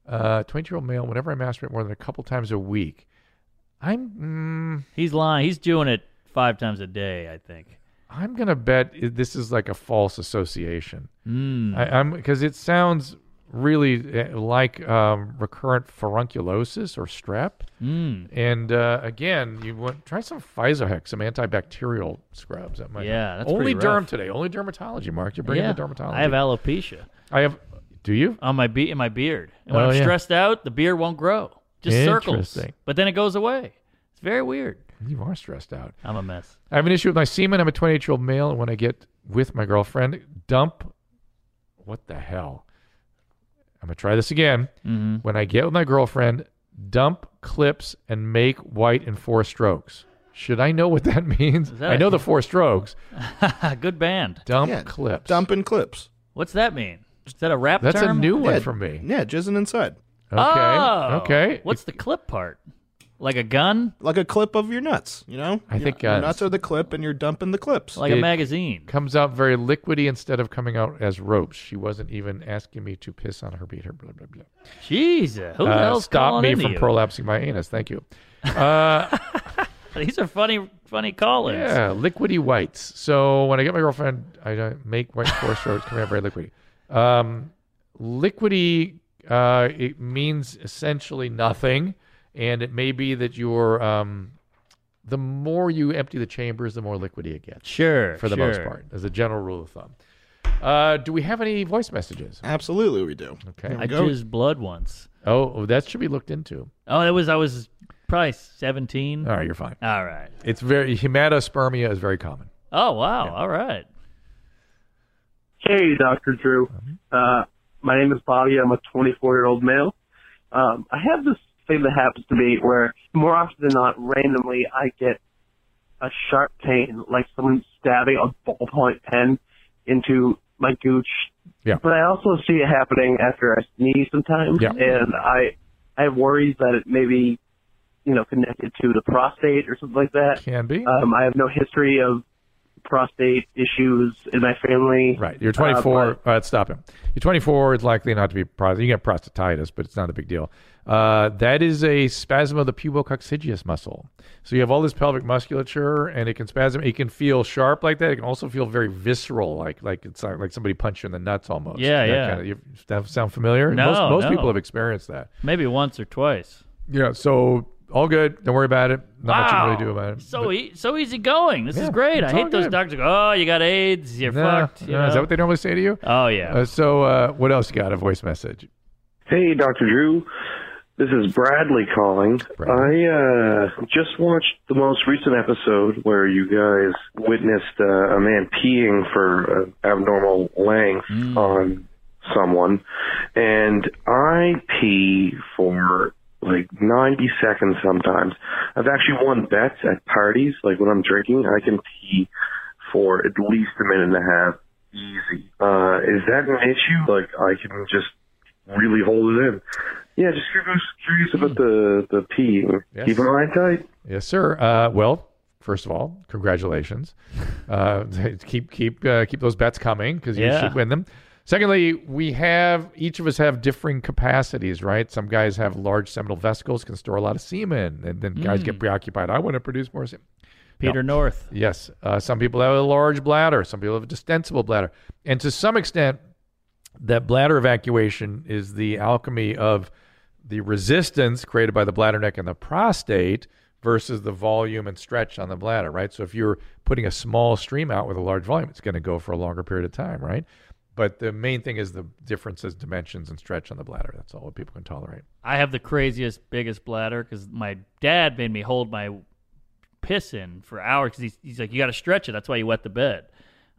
S2: Uh, 22-year-old male. Whenever I masturbate more than a couple times a week, I'm mm,
S4: He's lying. He's doing it five times a day, I think.
S2: mm, I'm gonna bet i- this is like a false association.
S4: Hmm.
S2: I, I'm because it sounds really uh, like um, recurrent furunculosis or strep.
S4: Hmm.
S2: And uh, again, you want try some Physohex, some antibacterial scrubs. That might
S4: Yeah, that's
S2: only
S4: pretty rough.
S2: derm today. Only dermatology, Mark. You're bringing the dermatology.
S4: I have alopecia
S2: I have. Do you?
S4: on my be- in my beard, and when
S2: Oh,
S4: I'm
S2: yeah.
S4: stressed out, the beard won't grow. Just circles,
S2: Interesting.
S4: but then it goes away. It's very weird.
S2: You are stressed out.
S4: I'm a mess. [laughs]
S2: I have an issue with my semen. I'm a 28 year old male, and when I get with my girlfriend, dump. What the hell? I'm gonna try this again.
S4: Mm-hmm.
S2: When I get with my girlfriend, dump clips and make white in four strokes. Should I know what that [laughs] means?
S4: that
S2: I know
S4: a-
S2: the four strokes.
S4: Good band.
S2: Dump
S3: Yeah,
S2: clips.
S3: Dumping clips.
S4: What's that mean? Is that a rap
S2: That's
S4: term?
S2: a new one
S3: yeah,
S2: for me.
S3: Yeah, jizzing inside.
S2: Okay.
S4: Oh.
S2: Okay.
S4: What's the clip part? Like a gun?
S3: like a clip of your nuts. You know,
S2: I
S3: Your-
S2: think,
S3: your
S2: uh,
S3: nuts are the clip, and you're dumping the clips.
S4: Like a
S2: It-
S4: magazine.
S2: Comes out very liquidy instead of coming out as ropes. She wasn't even asking me to piss on her beater. Blah blah blah.
S4: Jesus. Who the
S2: Uh,
S4: hell's
S2: stop
S4: calling
S2: me
S4: into
S2: from
S4: you?
S2: prolapsing my anus. Thank you.
S4: [laughs] These are funny, funny callers.
S2: Yeah, liquidy whites. So when I get my girlfriend, I don't make white forest roads come out very liquidy. Um, liquidy uh, it means essentially nothing, and it may be that you're um, the more you empty the chambers, the more liquidy it gets.
S4: Sure.
S2: For the most
S4: sure.
S2: part, as a general rule of thumb. Uh, do we have any voice messages?
S3: Absolutely, we do.
S2: Okay.
S3: Here we
S4: I
S3: go.
S4: jizzed blood once.
S2: Oh, that should be looked into.
S4: Oh, that was I was probably seventeen.
S2: All right, you're fine.
S4: All right.
S2: It's very hematospermia is very common.
S4: Oh wow. All right.
S5: Hey, Dr. Drew. Uh, my name is Bobby. I'm a 24 year old male. Um, I have this thing that happens to me where more often than not, randomly, I get a sharp pain, like someone stabbing a ballpoint pen into my gooch.
S2: Yeah.
S5: But I also see it happening after I sneeze sometimes,
S2: Yeah.
S5: and I I have worries that it may be, you know, connected to the prostate or something like that.
S2: Can be.
S5: Um, I have no history of prostate issues in my family.
S2: Right. You're 24.
S5: Uh,
S2: all right, stop him. You're 24. It's likely not to be prostate. You can have prostatitis, but it's not a big deal. Uh, that is a spasm of the pubococcygeus muscle. So you have all this pelvic musculature, and it can spasm. It can feel sharp like that. It can also feel very visceral, like like it's like, like somebody punched you in the nuts almost.
S4: Yeah,
S2: That
S4: yeah.
S2: kinda- you, that sound familiar?
S4: No,
S2: most most
S4: no.
S2: people have experienced that.
S4: Maybe once or twice.
S2: Yeah. So all good. Don't worry about it. Not much you can
S4: wow.
S2: really do about it.
S4: So e- so easy going. This
S2: Yeah,
S4: is great. I
S2: it's all
S4: hate those
S2: good.
S4: doctors. who go, Oh, you got AIDS. You're
S2: Nah,
S4: fucked. you
S2: nah, is that
S4: know?
S2: what they normally say to you?
S4: oh yeah.
S2: Uh, so uh, what else you got? A voice message.
S6: Hey, Dr. Drew. This is Bradley calling.
S2: Bradley.
S6: I uh, just watched the most recent episode where you guys witnessed uh, a man peeing for uh, abnormal length on someone. And I pee for like 90 seconds sometimes. I've actually won bets at parties. Like when I'm drinking, I can pee for at least a minute and a half easy. Uh, is that an issue? Like I can just really hold it in. Yeah, just curious, curious about the the peeing.
S2: Yes.
S6: Keep an eye tight.
S2: Yes, sir. Uh, well, first of all, congratulations. Uh, [laughs] keep keep uh, keep those bets coming because you
S4: Yeah.
S2: should win them. Secondly, we have each of us have different capacities, right? Some guys have large seminal vesicles, can store a lot of semen, and then guys get preoccupied. I want to produce more semen.
S4: Peter North.
S2: Yes, uh, some people have a large bladder, some people have a distensible bladder, and to some extent, that bladder evacuation is the alchemy of the resistance created by the bladder neck and the prostate versus the volume and stretch on the bladder, right? So if you're putting a small stream out with a large volume, it's going to go for a longer period of time, right? But the main thing is the differences, dimensions, and stretch on the bladder. That's all what people can tolerate.
S4: I have the craziest, biggest bladder because my dad made me hold my piss in for hours because he's, he's like, you got to stretch it. That's why you wet the bed.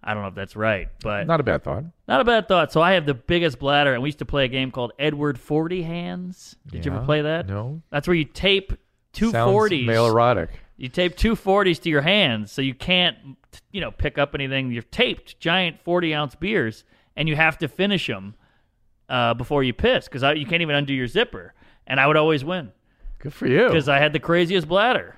S4: I don't know if that's right, but
S2: Not a bad thought.
S4: Not a bad thought. So I have the biggest bladder, and we used to play a game called Edward Forty Hands. Did you
S2: Yeah.
S4: ever play that?
S2: No.
S4: That's where you tape two
S2: Sounds
S4: forties.
S2: male erotic.
S4: You tape two forties to your hands, so you can't, t- you know, pick up anything. You've taped giant forty ounce beers, and you have to finish them uh, before you piss because you can't even undo your zipper. And I would always win
S2: Good for you.
S4: because I had the craziest bladder.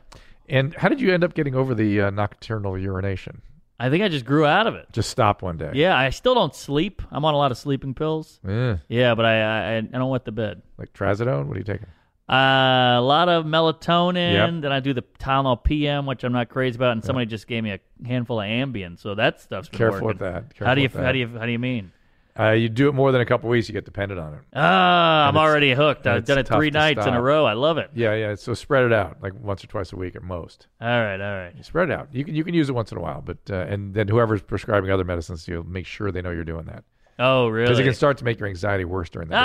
S2: And how did you end up getting over the uh, nocturnal urination?
S4: I think I just grew out of it.
S2: Just stop one day.
S4: Yeah, I still don't sleep. I'm on a lot of sleeping pills.
S2: Eh,
S4: Yeah, but I I, I don't wet the bed.
S2: like trazodone? What are you taking?
S4: Uh, a lot of melatonin.
S2: Yep.
S4: Then I do the Tylenol PM, which I'm not crazy about. And somebody just gave me a handful of Ambien, so that stuff's been
S2: Careful with
S4: working.
S2: that. Careful
S4: how do you
S2: with that.
S4: how do you how do you mean?
S2: Uh, you do it more than a couple weeks, you get dependent
S4: [laughs]
S2: on it.
S4: Ah, I'm
S2: it's-
S4: already hooked.
S2: and
S4: I've
S2: it's
S4: done it
S2: tough
S4: three
S2: to
S4: nights in
S2: stop.
S4: a row. I love it.
S2: Yeah, yeah. So spread it out, like once or twice a week at most.
S4: All right, all right.
S2: Spread it out. You can you can use it once in a while, but uh, and then whoever's prescribing other medicines to you, make sure they know you're doing that
S4: Oh,
S2: because
S4: really?
S2: it can start to make your anxiety worse during the day.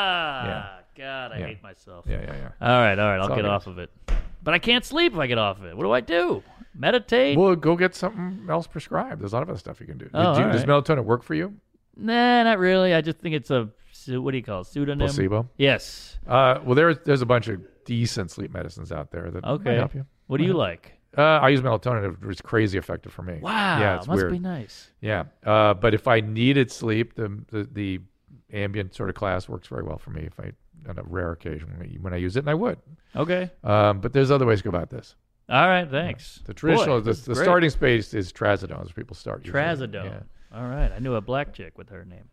S4: ah, God, I
S2: Yeah.
S4: hate myself.
S2: Yeah, yeah, yeah.
S4: All right, all right. I'll
S2: all
S4: get
S2: good.
S4: off of it, but I can't sleep if I get off of it. What do I do? Meditate?
S2: Well, go get something else prescribed. There's a lot of other stuff you can do.
S4: Oh,
S2: do
S4: all
S2: Does
S4: right.
S2: melatonin work for you?
S4: nah, not really. I just think it's a pse- what do you call it? pseudonym?
S2: Placebo.
S4: Yes.
S2: Uh, well, there's there's a bunch of decent sleep medicines out there that might
S4: Okay.
S2: help you.
S4: What do
S2: [laughs]
S4: you like?
S2: Uh, I use melatonin. It was crazy effective for me.
S4: Wow,
S2: Yeah, it's
S4: must
S2: weird.
S4: be nice.
S2: Yeah, uh, but if I needed sleep, the, the the ambient sort of class works very well for me. If I on a rare occasion when I- when I use it, and I would.
S4: Okay.
S2: Um, but there's other ways to go about this.
S4: All right. Thanks.
S2: The traditional,
S4: Boy,
S2: the,
S4: that's
S2: the
S4: great.
S2: starting space is trazodone, is where people start. usually.
S4: Trazodone.
S2: Yeah.
S4: All right. I knew a black chick with her name.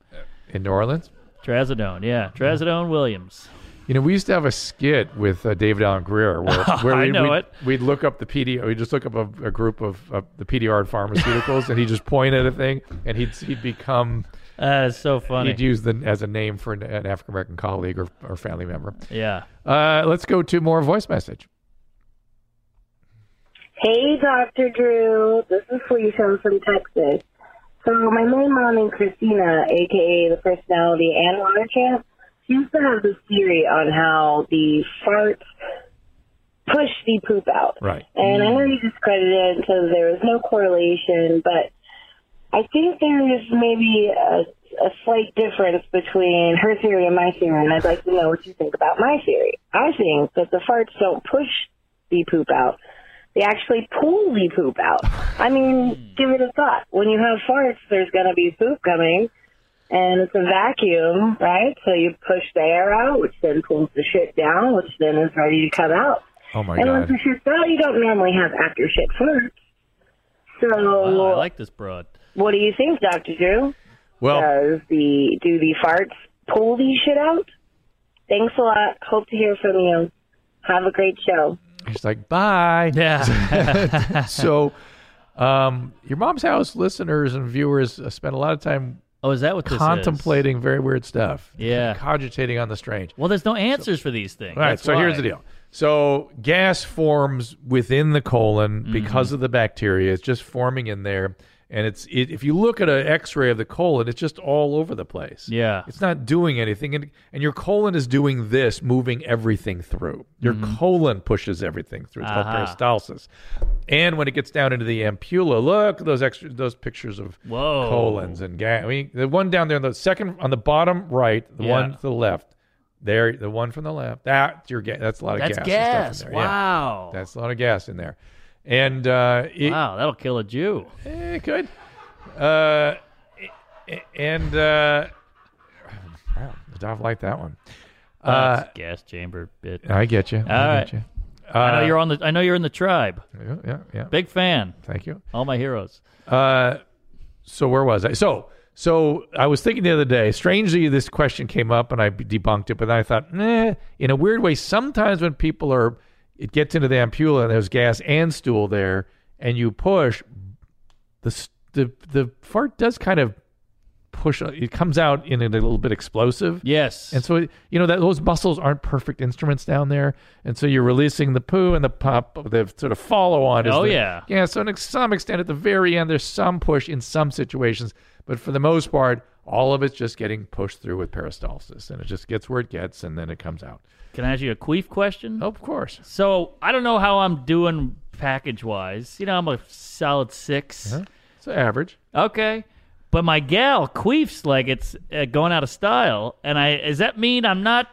S2: In New Orleans,
S4: Trazodone. Yeah. Trazodone Williams.
S2: you know, we used to have a skit with uh, David Allen Greer
S4: [laughs]
S2: where, where
S4: I
S2: we'd,
S4: know
S2: we'd,
S4: it.
S2: we'd look up the PD, we'd just look up a, a group of uh, the PDR and pharmaceuticals, and he'd just point at a thing, and he'd he'd become
S4: That is so funny.
S2: he'd use the as a name for an, an African American colleague or, or family member.
S4: yeah.
S2: Uh, let's go to more voice message.
S7: Hey, Dr. Drew. This is Felicia. I'm from Texas. So my main mom and Christina, aka the personality and water champ, she used to have this theory on how the farts push the poop out.
S2: Right.
S7: And I know you discredited it because there was no correlation, but I think there is maybe a, a slight difference between her theory and my theory, and I'd like to know what you think about my theory. I think that the farts don't push the poop out. They actually pull the poop out. I mean, give it a thought. When you have farts, there's going to be poop coming, and it's a vacuum, right? So you push the air out, which then pulls the shit down, which then is ready to come out.
S2: Oh my
S7: And once [laughs]
S2: God.
S7: the shit's out, you don't normally have after shit first. So,
S4: Wow, I like this broad.
S7: what do you think, Doctor Drew?
S2: Well,
S7: Does the do the farts pull the shit out? Thanks a lot. Hope to hear from you. Have a great show.
S2: he's like, bye.
S4: Yeah.
S2: so um, your mom's house listeners and viewers uh, spend a lot of time
S4: [laughs] oh, is that what this is?
S2: contemplating very weird stuff
S4: Yeah.
S2: cogitating on the strange
S4: Well, there's no answers for these things.
S2: all right
S4: That's
S2: so here's
S4: why.
S2: the deal so gas forms within the colon
S4: Mm-hmm.
S2: because of the bacteria it's just forming in there and it's it, if you look at an x-ray of the colon it's just all over the place
S4: Yeah.
S2: it's not doing anything and, and your colon is doing this moving everything through your
S4: Mm-hmm.
S2: colon pushes everything through it's
S4: Aha.
S2: called peristalsis and when it gets down into the ampulla look at those extra those pictures of
S4: Whoa.
S2: colons and gas i mean the one down there the second on the bottom right the
S4: Yeah.
S2: one to the left there the one from the left that's your gas that's a lot of
S4: That's
S2: gas, and
S4: gas.
S2: stuff in there. Yeah.
S4: Wow.
S2: that's a lot of gas in there and uh it,
S4: wow. That'll kill a Jew.
S2: Eh, it could. Uh, a- a- and uh, [sighs] wow, Dov liked that one.
S4: Uh,
S2: Uh,
S4: it's a gas chamber bit.
S2: I get you. I
S4: All
S2: get you. Uh,
S4: I know you're on the. I know you're in the tribe.
S2: Yeah, yeah, yeah.
S4: Big fan.
S2: Thank you.
S4: All my heroes.
S2: Uh, so where was I? So so I was thinking the other day. Strangely, this question came up, and I debunked it. But then I thought, nah. In a weird way, sometimes when people are, it gets into the ampulla and there's gas and stool there, and you push, the s- the the fart does kind of push. It comes out in a little bit explosive.
S4: Yes.
S2: And so, you know, that those muscles aren't perfect instruments down there. And so you're releasing the poo and the pop, the sort of follow on.
S4: Oh,
S2: the,
S4: yeah.
S2: Yeah. So, to some extent, at the very end, there's some push in some situations. But for the most part, all of it's just getting pushed through with peristalsis. And it just gets where it gets and then it comes out.
S4: Can I ask you a queef question?
S2: Of course.
S4: So I don't know how I'm doing package wise. You know, I'm a solid 6
S2: It's average.
S4: Okay. But my gal queefs like it's uh, going out of style, and I does that mean I'm not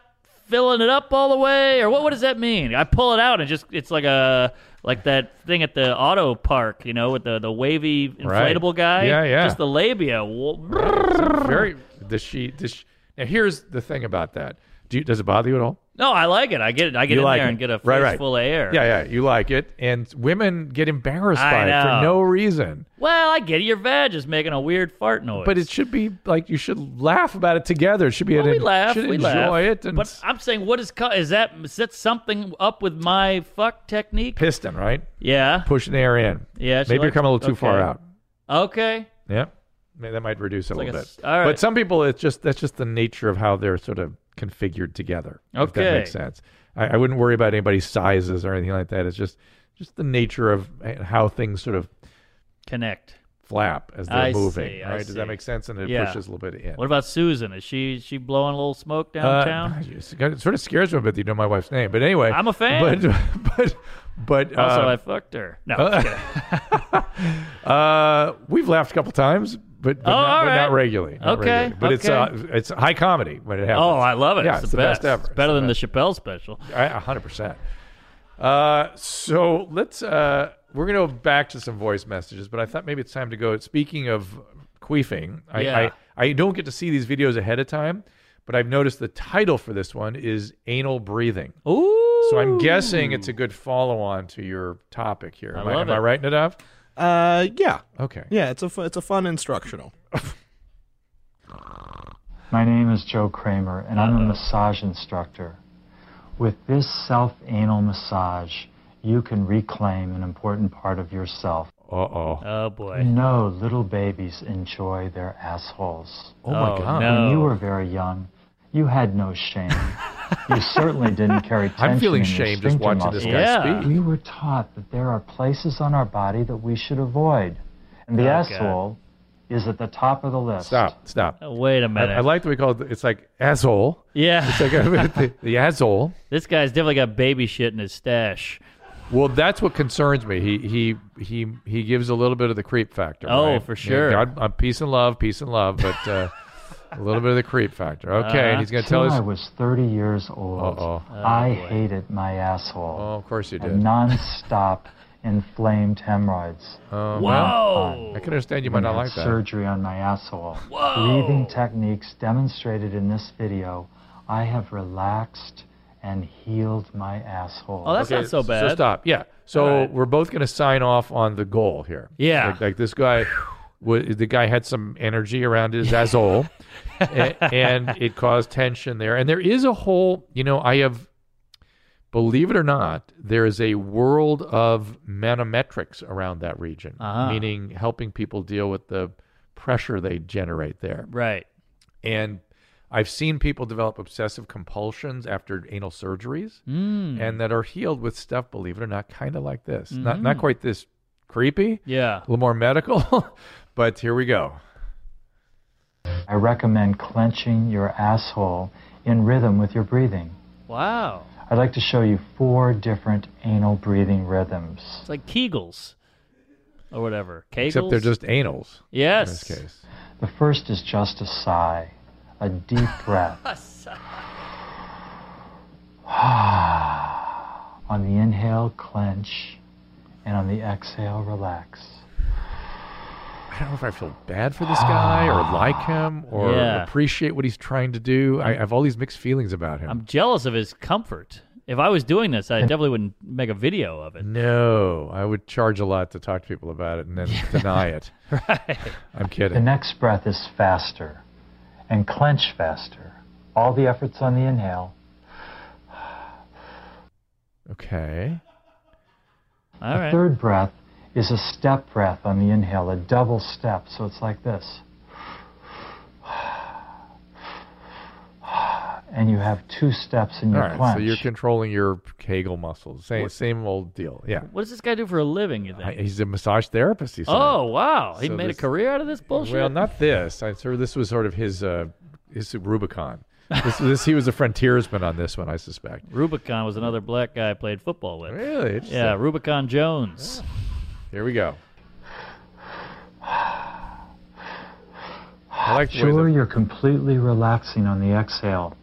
S4: filling it up all the way, or what? What does that mean? I pull it out and just it's like a like that thing at the auto park, you know, with the the wavy
S2: Right.
S4: inflatable guy.
S2: Yeah, yeah.
S4: Just the labia. Wha-
S2: Very. Does she, does she, now, here's the thing about that. Do you, does it bother you at all?
S4: No, I like it. I get it. I get
S2: You
S4: in
S2: like
S4: there
S2: it.
S4: and get a face
S2: Right, right.
S4: full of air.
S2: Yeah, yeah. You like it. And women get embarrassed
S4: I
S2: by it
S4: know.
S2: for no reason.
S4: Well, I get it. Your vag is making a weird fart noise.
S2: But it should be like you should laugh about it together. It should be
S4: Well,
S2: an,
S4: we laugh.
S2: should
S4: we
S2: enjoy
S4: laugh.
S2: it and
S4: but I'm saying, what is co- is that? Is that something up with my fuck technique?
S2: piston, right?
S4: Yeah.
S2: Pushing air in.
S4: Yeah, she
S2: Maybe you're
S4: likes-
S2: coming a little too far
S4: okay.
S2: out.
S4: Okay.
S2: Yeah. Maybe that might reduce it
S4: like
S2: a
S4: a
S2: little
S4: s-
S2: bit.
S4: all right.
S2: But some people it's just that's just the nature of how they're sort of configured together. If
S4: Okay.
S2: that makes sense. I, I wouldn't worry about anybody's sizes or anything like that. It's just just the nature of eh, how things sort of
S4: Connect.
S2: flap as they're
S4: I
S2: moving.
S4: see, I
S2: right? Does that
S4: see.
S2: make sense? And it
S4: Yeah.
S2: pushes a little bit in.
S4: What about Susan? Is she is she blowing a little smoke
S2: Uh,
S4: downtown?
S2: [laughs] it's got- it sort of scares me a bit that you know my wife's name. But anyway,
S4: I'm a fan.
S2: But but but uh, [laughs]
S4: also, I fucked her. No. [laughs] just kidding.
S2: uh, we've laughed a couple times, but, but,
S4: Oh,
S2: not,
S4: all
S2: but not
S4: right.
S2: regularly. not
S4: Okay,
S2: regularly. but it's
S4: okay.
S2: uh, it's high comedy when it happens.
S4: oh, I love it.
S2: Yeah,
S4: it's,
S2: it's the best ever.
S4: It's
S2: It's
S4: better
S2: the
S4: than the Chappelle special.
S2: I- a hundred percent. Uh, so let's uh, we're gonna go back to some voice messages, but I thought maybe it's time to go. Speaking of queefing, I
S4: Yeah.
S2: I, I don't get to see these videos ahead of time, But I've noticed the title for this one is anal breathing.
S4: Ooh.
S2: So I'm guessing it's a good follow-on to your topic here. Am I,
S4: love
S2: am I
S4: it.
S2: writing it up?
S3: Uh, yeah,
S2: Okay.
S3: yeah. It's a fu- it's a fun instructional.
S8: My name is Joe Kramer, and I'm a massage instructor. With this self anal massage, you can reclaim an important part of yourself.
S2: Uh-oh.
S4: Oh
S2: Mm-hmm.
S4: boy.
S8: No little babies enjoy their assholes.
S2: Oh, my
S4: Oh,
S2: God.
S4: no.
S8: When you were very young, you had no shame.
S2: [laughs]
S8: you certainly didn't carry tension.
S2: I'm feeling
S8: in your
S2: shame just
S8: sphincter
S2: watching this
S8: muscles.
S2: guy
S4: Yeah.
S2: speak.
S8: We were taught that there are places on our body that we should avoid, and the
S4: God.
S8: asshole is at the top of the list.
S2: Oh, Stop. Stop.
S4: Oh, wait a
S2: I,
S4: minute.
S2: I like the way call it. It's like asshole.
S4: yeah.
S2: It's like [laughs] the, the asshole.
S4: this guy's definitely got baby shit in his stash.
S2: Well, that's what concerns me. He he he he gives a little bit of the creep factor.
S4: Oh,
S2: right?
S4: for sure.
S2: Yeah, God, uh, peace and love, peace and love, but
S4: [laughs]
S2: uh, a little bit of the creep factor. Okay, and he's going to tell
S8: Till Uh, I
S2: us.
S8: was 30 years old,
S2: Uh-oh.
S4: Oh,
S8: I hated my asshole.
S2: Oh, of course you
S8: Had
S2: did. [laughs]
S8: non-stop inflamed hemorrhoids.
S2: Oh, well,
S4: Whoa.
S2: I can understand you might not
S8: had
S2: like that.
S8: surgery on my asshole.
S4: Whoa.
S8: Breathing techniques demonstrated in this video, I have relaxed and healed my asshole.
S4: Oh, that's not so bad.
S2: So stop. Yeah. So
S4: All right.
S2: we're both going to sign off on the goal here.
S4: Yeah.
S2: Like, like this guy, wa- the guy had some energy around his
S4: [laughs]
S2: asshole, a- and it caused tension there. And there is a whole, you know, I have, believe it or not, there is a world of manometrics around that region,
S4: Ah.
S2: meaning helping people deal with the pressure they generate there.
S4: Right.
S2: And I've seen people develop obsessive compulsions after anal surgeries
S4: Mm.
S2: and that are healed with stuff, believe it or not, kind of like this. Not not quite this creepy,
S4: Mm-hmm. Yeah.
S2: a little more medical, [laughs] but here we go.
S8: I recommend clenching your asshole in rhythm with your breathing.
S4: Wow.
S8: I'd like to show you four different anal breathing rhythms.
S4: It's like Kegels or whatever. Kegels.
S2: Except they're just anals in this
S4: yes.
S2: case.
S8: The first is just a sigh,
S4: [laughs]
S8: a deep breath. [sighs] on the inhale, clench, and on the exhale, relax.
S2: I don't know if I feel bad for this guy or like him or
S4: Ah. Yeah.
S2: appreciate what he's trying to do. I, I have all these mixed feelings about him.
S4: I'm jealous of his comfort. If I was doing
S2: [laughs]
S4: this, I definitely wouldn't make a video of it.
S2: no, I would charge a lot to talk to people about it and
S4: [laughs]
S2: then deny it.
S4: Right.
S2: I'm
S8: The
S2: kidding.
S8: next breath is faster, and clench faster. All the efforts on the inhale.
S2: Okay. Mm-hmm.
S4: All
S8: The
S4: right.
S8: third breath is a step breath on the inhale, a double step, so it's like this. [sighs] And you have two steps in
S2: All
S8: your
S2: right,
S8: clench.
S2: so you're controlling your Kegel muscles. Same, same old deal. Yeah,
S4: What does this guy do for a living, you think?
S2: I- he's a massage therapist. He said.
S4: oh, wow. He
S2: So
S4: made
S2: this-
S4: a career out of this bullshit?
S2: well, not this. I sort of this was sort of his uh, his Rubicon. This, this he was a frontiersman on this one, I suspect.
S4: Rubicon was another black guy I played football with.
S2: Really? Interesting.
S4: Yeah, Rubicon Jones.
S2: Here we go. I like the way
S8: Sure,
S2: the-
S8: you're completely relaxing on the exhale.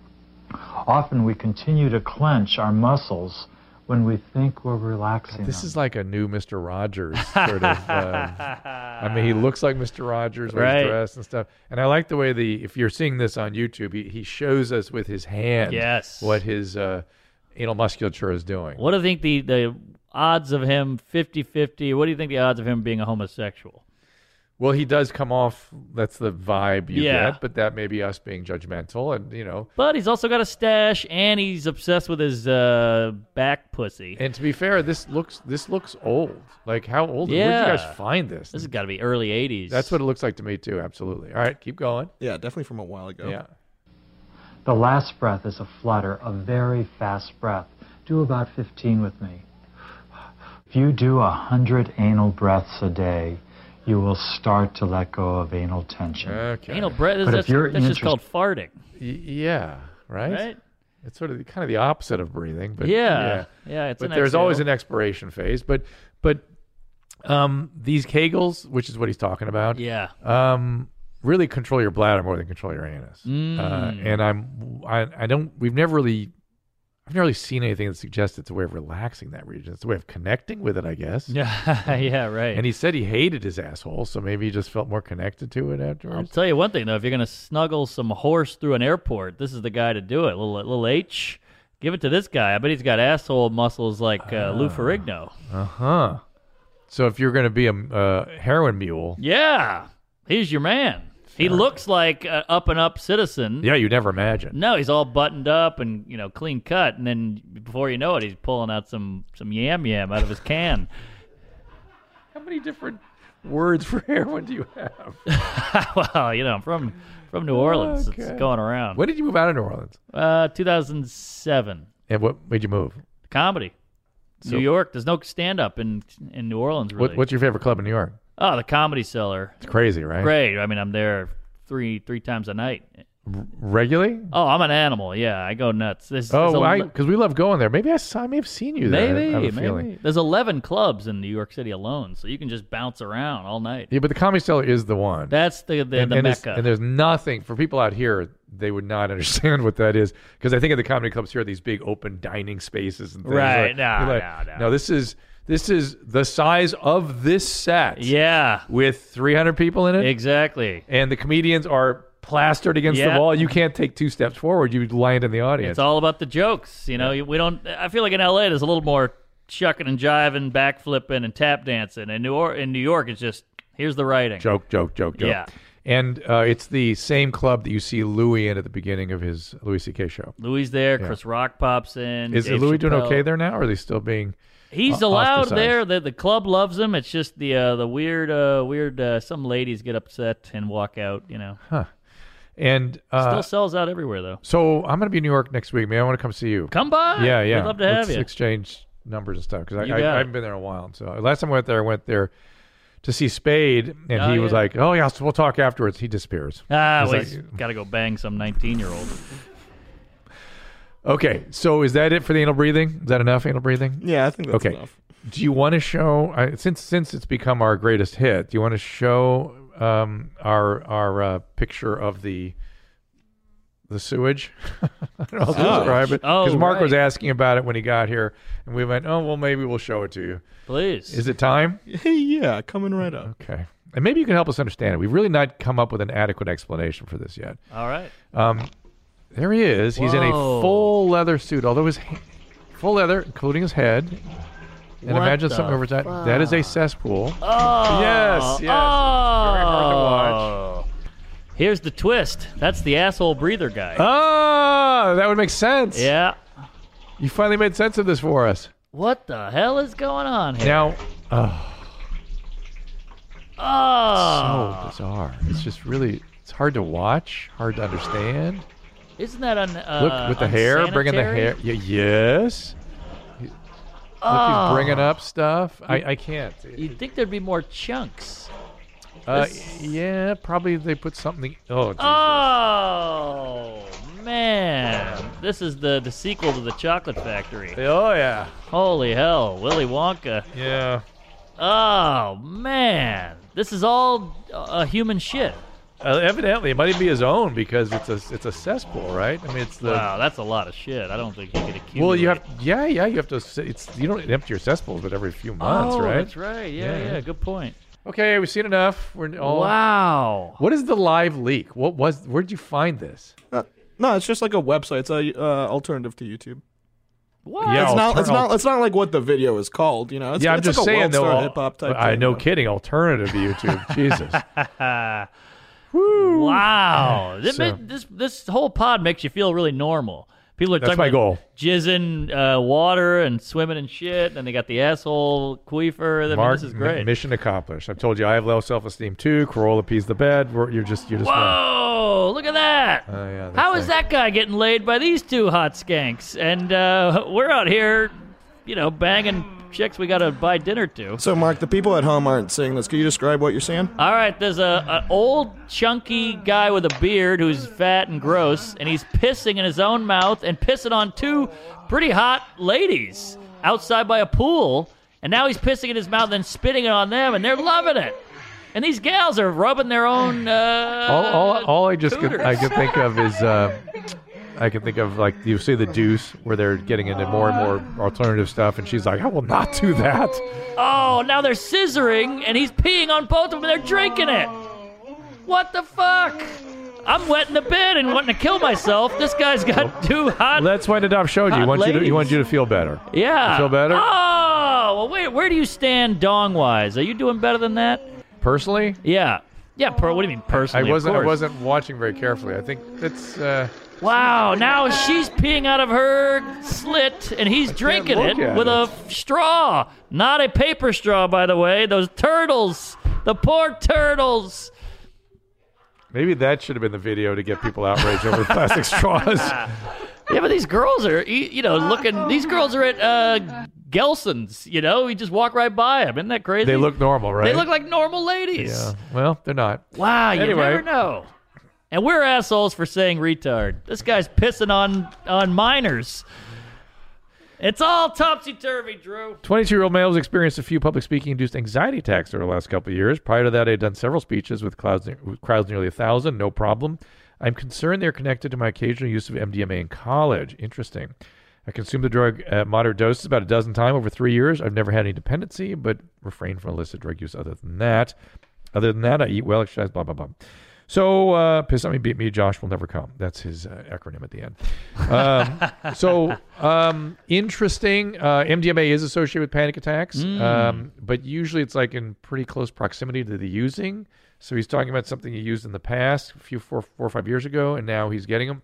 S8: Often we continue to clench our muscles when we think we're relaxing.
S2: this
S8: them.
S2: is like a new Mister
S4: [laughs]
S2: Rogers sort of. Um, I mean, he looks like Mister Rogers when
S4: Right.
S2: he's dressed and stuff. And I like the way the if you're seeing this on YouTube, he, he shows us with his hand
S4: Yes.
S2: what his uh, anal musculature is doing.
S4: What do you think the, the odds of him 50 50? What do you think the odds of him being a homosexual?
S2: Well, he does come off. That's the vibe you
S4: Yeah.
S2: get, but that may be us being judgmental, and you know.
S4: But he's also got a stash and he's obsessed with his uh, back pussy.
S2: And to be fair, this looks this looks old. Like how old? Where'd
S4: Yeah.
S2: you guys find this?
S4: This has got to be early 80s.
S2: That's what it looks like to me too. Absolutely. All right, keep going.
S3: Yeah, definitely from a while ago.
S2: Yeah.
S8: the last breath is a flutter, a very fast breath. Do about 15 with me. If you do a hundred anal breaths a day, you will start to let go of anal tension.
S2: Okay.
S4: anal breath. That's,
S8: But if
S4: that's,
S8: you're
S4: that's just
S8: interest-
S4: called farting,
S2: Y- yeah. Right?
S4: right?
S2: It's sort of the, kind of the opposite of breathing, but
S4: yeah. yeah, It's
S2: but
S4: an
S2: there's always an
S4: exhale.
S2: expiration phase. But but um, these Kegels, which is what he's talking about, [laughs]
S4: yeah.
S2: um, really control
S4: Mm.
S2: your bladder more than control your anus. Uh, and I'm I, I don't we've never really I've never really seen anything that suggests it's a way of relaxing that region. It's a way of connecting with it, I guess.
S4: Yeah, [laughs] yeah, right.
S2: And he said he hated his asshole, so maybe he just felt more connected to it
S4: I'll
S2: afterwards.
S4: tell you one thing though, if you're gonna snuggle some horse through an airport, this is the guy to do it. Little little H, give it to this guy. I bet he's got asshole muscles like uh, Lou Ferrigno.
S2: Uh huh. So if you're going to be a uh, heroin mule,
S4: Yeah, he's your man. He looks like an up and up citizen.
S2: yeah, you never imagine.
S4: No, he's all buttoned up and you know clean cut, and then before you know it, he's pulling out some some yam yam out of his can.
S2: How many different words for [laughs] heroin do you have?
S4: well, you know, I'm from from New Orleans.
S2: Okay.
S4: It's going around.
S2: when did you move out of New Orleans?
S4: Uh, 2007
S2: And what made you move?
S4: comedy.
S2: So-
S4: New York. There's no stand up in in New Orleans really.
S2: What, what's your favorite club in New York?
S4: oh, the Comedy Cellar.
S2: It's crazy, right?
S4: Great. I mean, I'm there three three times a night.
S2: Regularly?
S4: Oh, I'm an animal. Yeah, I go nuts. There's, there's
S2: Oh,
S4: a-
S2: because we love going there. Maybe I, saw, I may have seen you there. I
S4: Maybe,
S2: have a
S4: maybe.
S2: feeling.
S4: There's 11 clubs in New York City alone, so you can just bounce around all night.
S2: Yeah, but the Comedy Cellar is the one.
S4: That's the the,
S2: and,
S4: the
S2: and it's-
S4: mecca.
S2: and there's nothing for people out here. They would not [laughs] understand what that is because I think of the comedy clubs here, these big open dining spaces and things.
S4: Right,
S2: Like,
S4: no,
S2: you're
S4: no, no.
S2: This is this is the size of this set.
S4: yeah,
S2: with 300 people in it,
S4: exactly.
S2: and the comedians are plastered against
S4: Yeah.
S2: the wall. You can't take two steps forward. You land in the audience.
S4: It's all about the jokes. You know, You- we don't. I feel like in L.A. there's a little more shucking and jiving, backflipping, and tap dancing. And New or- in New York, it's just here's the writing.
S2: joke, joke, joke, joke.
S4: Yeah.
S2: And uh, it's the same club that you see Louis in at the beginning of his Louis C.K. show.
S4: Louis there. Chris Rock pops in.
S2: Is
S4: Dave
S2: Louis doing
S4: Chappelle.
S2: okay there now, or are they still being?
S4: He's
S2: O-
S4: allowed
S2: ostracized.
S4: there. The, the club loves him. It's just the uh, the weird uh, weird. Uh, some ladies get upset and walk out. You know,
S2: And uh,
S4: still sells out everywhere though.
S2: So I'm going to be in New York next week. Maybe I want to come see you.
S4: Come by.
S2: yeah, yeah.
S4: We'd love to
S2: Let's
S4: have you.
S2: exchange numbers and stuff because
S4: You
S2: I, I,
S4: got it.
S2: haven't been there in a while. So last time I went there, I went there to see Spade, and
S4: Oh,
S2: he was
S4: yeah.
S2: like, "Oh yeah, so we'll talk afterwards." He disappears.
S4: Ah,
S2: It's
S4: well,
S2: like-
S4: he's got to go bang some 19 year old.
S2: Okay, so is that it for the anal breathing? Is that enough anal breathing?
S3: Yeah, I think that's
S2: Okay.
S3: enough. [laughs]
S2: Do you want to show I, since since it's become our greatest hit? Do you want to show um, our our uh, picture of the the sewage? [laughs] I don't know how to
S3: Oh.
S2: describe it
S4: Oh,
S2: Mark was
S4: right.
S2: asking about it when he got here, and we went, "Oh well, maybe we'll show it to you."
S4: Please.
S2: Is it time?
S3: Hey, yeah, coming right up.
S2: Okay. And maybe you can help us understand it. We've really not come up with an adequate explanation for this yet.
S4: All right.
S2: There he is. He's in a
S4: Whoa.
S2: full leather suit, although his ha- full leather, including his head. And
S4: What
S2: imagine
S4: the
S2: something over time. That is a cesspool.
S4: Oh.
S2: Yes, yes. It's very hard to watch.
S4: Here's the twist. That's the asshole breather guy.
S2: Oh. Ah, that would make sense.
S4: Yeah.
S2: You finally made sense of this for us.
S4: What the hell is going on here?
S2: Now, oh,
S4: Oh.
S2: so bizarre. It's just really, it's hard to watch, hard to understand.
S4: Isn't that un? Uh,
S2: Look with the hair, bringing the
S4: unsanitary? Ah.
S2: hair. Y- yes. Look, he's bringing up stuff. I, I can't.
S4: You'd think there'd be more chunks.
S2: Uh,
S4: this-
S2: yeah, probably they put something. Oh, Jesus.
S4: Oh man, this is the the sequel to the Chocolate Factory.
S2: Oh, yeah.
S4: Holy hell, Willy Wonka.
S2: Yeah.
S4: Oh man, this is all uh, human shit.
S2: Uh, evidently, it might even be his own because it's a it's a cesspool, right? I mean, it's the.
S4: Wow, that's a lot of shit. I don't think you could accumulate.
S2: Well, you have yeah, yeah. You have to. s- It's you don't empty your cesspools, but every few months,
S4: oh,
S2: right?
S4: That's right. Yeah,
S2: Yeah,
S4: yeah.
S2: yeah. Oh.
S4: Good point.
S2: Okay, we've seen enough. We're all.
S4: Wow.
S2: What is the live leak? What was? Where would you find this?
S3: Uh, no, it's just like a website. It's a uh, alternative to YouTube.
S4: What?
S2: Yeah,
S3: It's not. It's
S2: altern-
S3: not. It's not like what the video is called. You know. It's,
S2: yeah, I'm
S3: it's
S2: just
S3: like a
S2: saying
S3: world
S2: though.
S3: star
S2: al-
S3: hip hop type.
S2: I
S3: thing,
S2: no
S3: though.
S2: kidding. Alternative to YouTube. Jesus. [laughs]
S4: Wow. This,
S2: So-
S4: ma- this this whole pod makes you feel really normal. People are
S2: That's
S4: talking
S2: my
S4: about
S2: goal.
S4: jizzing uh, water and swimming and shit, and they got the asshole queefer. I mean,
S2: Mark,
S4: this is great.
S2: m- mission accomplished. I've told you I have low self-esteem too. Corolla pees the bed. We're, you're just you're just. fine.
S4: Whoa! Look at that.
S2: Oh, yeah, that's
S4: How is
S2: like-
S4: that guy getting laid by these two hot skanks? And uh, we're out here, you know, banging chicks we got to buy dinner to.
S3: So, Mark, the people at home aren't seeing this. Can you describe what you're seeing?
S4: All right, there's a an old chunky guy with a beard who's fat and gross, and he's pissing in his own mouth and pissing on two pretty hot ladies outside by a pool. And now he's pissing in his mouth and spitting it on them, and they're loving it. And these gals are rubbing their own. Uh,
S2: Oh, all, all, all I just could,
S4: Cooters.
S2: I could think of is uh, I can think of like you see the Deuce where they're getting into more and more alternative stuff, and she's like, I will not do that.
S4: Oh, now they're scissoring and he's peeing on both of them and they're drinking it. What the fuck? I'm wet in the bed and wanting to kill myself. This guy's got too hot.
S2: That's why the Dove showed you. He
S4: Hot
S2: wants you, to, he
S4: ladies.
S2: wants you to feel better.
S4: yeah.
S2: You feel better?
S4: Oh, well, wait, where do you stand dong wise? Are you doing better than that?
S2: Personally,
S4: Yeah. Yeah, per, what do you mean
S2: I
S4: personally? of
S2: wasn't. I
S4: course.
S2: wasn't watching very carefully. I think that's. Uh,
S4: Wow, now she's peeing out of her slit and he's drinking it
S2: look at
S4: with a straw. Not a paper straw, by the way. Those turtles. The poor turtles.
S2: Maybe that should have been the video to get people outraged over
S4: [laughs]
S2: plastic straws.
S4: Yeah, but these girls are, e- you know, looking. These girls are at uh, Gelson's, you know? You just walk right by them. Isn't that crazy?
S2: They look normal, right?
S4: They look like normal ladies.
S2: Yeah. Well, they're not.
S4: Wow, you
S2: Anyway.
S4: never know. And we're assholes for saying retard. This guy's pissing on on minors. It's all topsy turvy, Drew.
S2: 22 year old males experienced a few public speaking induced anxiety attacks over the last couple of years. Prior to that, I had done several speeches with clouds, with crowds nearly a thousand, no problem. I'm concerned they're connected to my occasional use of MDMA in college. Interesting. I consumed the drug at moderate doses about a dozen times over three years. I've never had any dependency, but refrained from illicit drug use other than that. Other than that, I eat well, exercise, blah, blah, blah. So, uh, piss on me, beat me, Josh will never come. That's his uh, acronym at the end. Um, so, um, interesting. Uh, MDMA is associated with panic attacks,
S4: Hmm.
S2: um, but usually it's like in pretty close proximity to the using. So, he's talking about something he used in the past, a few four, four or five years ago, and now he's getting them.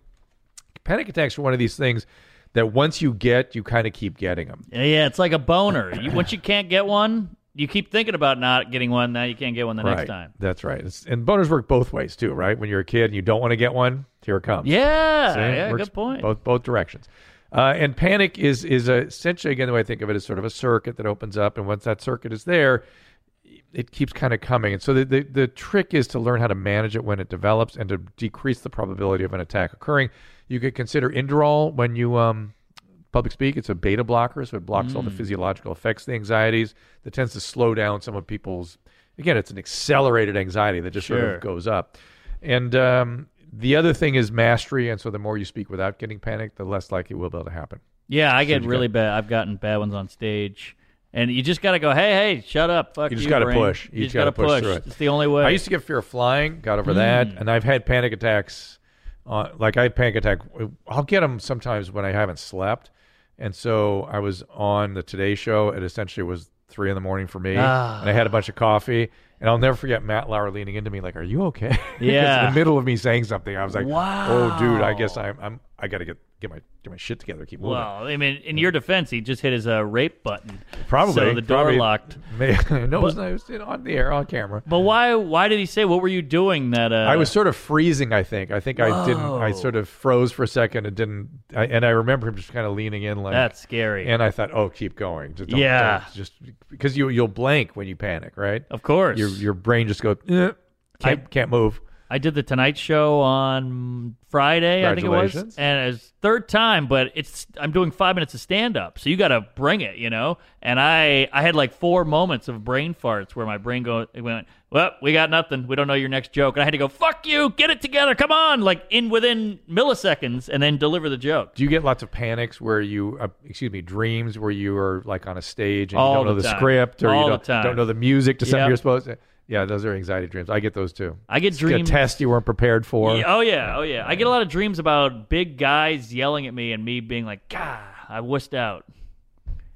S2: Panic attacks are one of these things that once you get, you kind of keep getting them.
S4: Yeah, yeah, it's like a boner.
S2: [laughs]
S4: You, once you can't get one, you keep thinking about not getting one. Now you can't get one the
S2: right.
S4: next time.
S2: That's right. It's, and boners work both ways too, right? When you're a kid and you don't want to get one, here it comes.
S4: Yeah,
S2: See?
S4: yeah,
S2: eh? Works
S4: good point.
S2: Both both directions. Uh, and panic is is a, essentially again the way I think of it is sort of a circuit that opens up, and once that circuit is there, it keeps kind of coming. And so the, the the trick is to learn how to manage it when it develops and to decrease the probability of an attack occurring. You could consider Inderol when you um, public speak. It's a beta blocker, so it blocks all the physiological effects, of the anxieties that tends to slow down some of people's. Again, it's an accelerated anxiety that just sort
S4: Sure.
S2: of goes up. And um, the other thing is mastery. And so the more you speak without getting panicked, the less likely it will be able to happen.
S4: Yeah, I get
S2: you
S4: really bad. I've gotten bad ones on stage, and you just gotta go. Hey, hey, shut up! Fuck
S2: You
S4: you.
S2: just gotta
S4: brain."
S2: push. You
S4: You,
S2: just
S4: just gotta,
S2: gotta push
S4: push.
S2: through it.
S4: It's the only way.
S2: I used to get fear of flying, got over that,
S4: Hmm.
S2: and I've had panic attacks. On, like I had panic attack. I'll get them sometimes when I haven't slept, and so I was on the Today Show. It essentially was three in the morning for me, and I had a bunch
S4: Ah.
S2: of coffee. And I'll never forget Matt Lauer leaning into me like, "Are you okay?" [laughs] 'Cause
S4: Yeah.
S2: in the middle of me saying something, I was like, "Oh, dude, I guess
S4: Wow.
S2: I'm. I'm I got to get get my get my shit together. Keep moving."
S4: Well, I mean, in your defense, he just hit his uh, rape button.
S2: probably
S4: So the door
S2: probably-
S4: locked.
S2: May, [laughs] no, it was, not- it was on the air on camera.
S4: But why? Why did he say? What were you doing? That uh,
S2: I was sort of freezing. I think. I think I didn't. I sort of froze for a second and didn't. I, and I remember him just kind of leaning in like.
S4: That's scary.
S2: And I thought, oh, keep going. Just don't-
S4: Yeah.
S2: don't- just because you you'll blank when you panic, right?
S4: of course,
S2: Your your brain just goes. Eh, can't can't move.
S4: I did the Tonight Show on Friday, I think it was,
S2: Congratulations.
S4: and it's third time. But it's I'm doing five minutes of stand up, so you got to bring it, you know. And I I had like four moments of brain farts where my brain go it went, well, we got nothing. We don't know your next joke, and I had to go, fuck you, get it together, come on, like in within milliseconds, and then deliver the joke.
S2: Do you get lots of panics where you, uh, excuse me, dreams where you are like on a stage and
S4: All
S2: you don't know
S4: the
S2: the
S4: time.
S2: script or
S4: All
S2: you
S4: the
S2: don't,
S4: time.
S2: don't know the music to something
S4: Yep.
S2: you're supposed to? Yeah, those are anxiety dreams. I get those too.
S4: I get
S2: It's like
S4: dreams.
S2: A test you weren't prepared for.
S4: Yeah, oh yeah, oh yeah. I get a lot of dreams about big guys yelling at me and me being like, "God, I wussed out."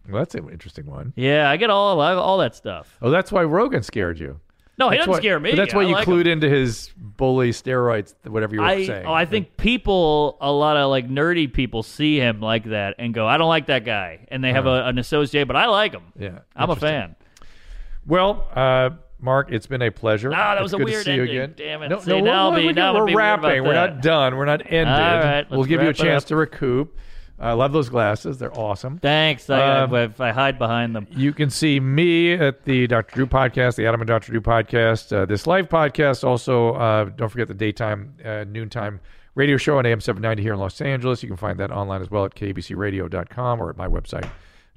S2: Well, that's an interesting one.
S4: Yeah, I get all all that stuff.
S2: Oh, that's why Rogan scared you.
S4: No, he
S2: That's
S4: doesn't
S2: why-
S4: scare me.
S2: but that's why
S4: I
S2: you
S4: like
S2: clued
S4: him.
S2: into his bully steroids, whatever you were
S4: I
S2: saying.
S4: oh, I think people, a lot of like nerdy people, see him like that and go, "I don't like that guy," and they have a, an associate, but I like him.
S2: Uh-huh. Yeah,
S4: I'm a
S2: interesting.
S4: fan.
S2: Well, uh, Mark, it's been a pleasure.
S4: Ah, that
S2: It's
S4: was a
S2: good
S4: weird
S2: to see you
S4: ending.
S2: again.
S4: Damn it.
S2: No,
S4: See,
S2: no,
S4: now
S2: we're,
S4: I'll be-
S2: we're,
S4: now I'll be
S2: we're
S4: weird about
S2: wrapping. We're
S4: that.
S2: not done. We're not ended.
S4: All right,
S2: we'll
S4: let's
S2: give you a
S4: wrap it
S2: chance
S4: up.
S2: to recoup. I love those glasses. They're awesome.
S4: Thanks. I,
S2: Um,
S4: I, I hide behind them.
S2: You can see me at the Dr. Drew podcast, the Adam and Dr. Drew podcast, uh, this live podcast. Also, uh, don't forget the daytime, uh, noontime radio show on AM 790 here in Los Angeles. You can find that online as well at kbcradio.com or at my website,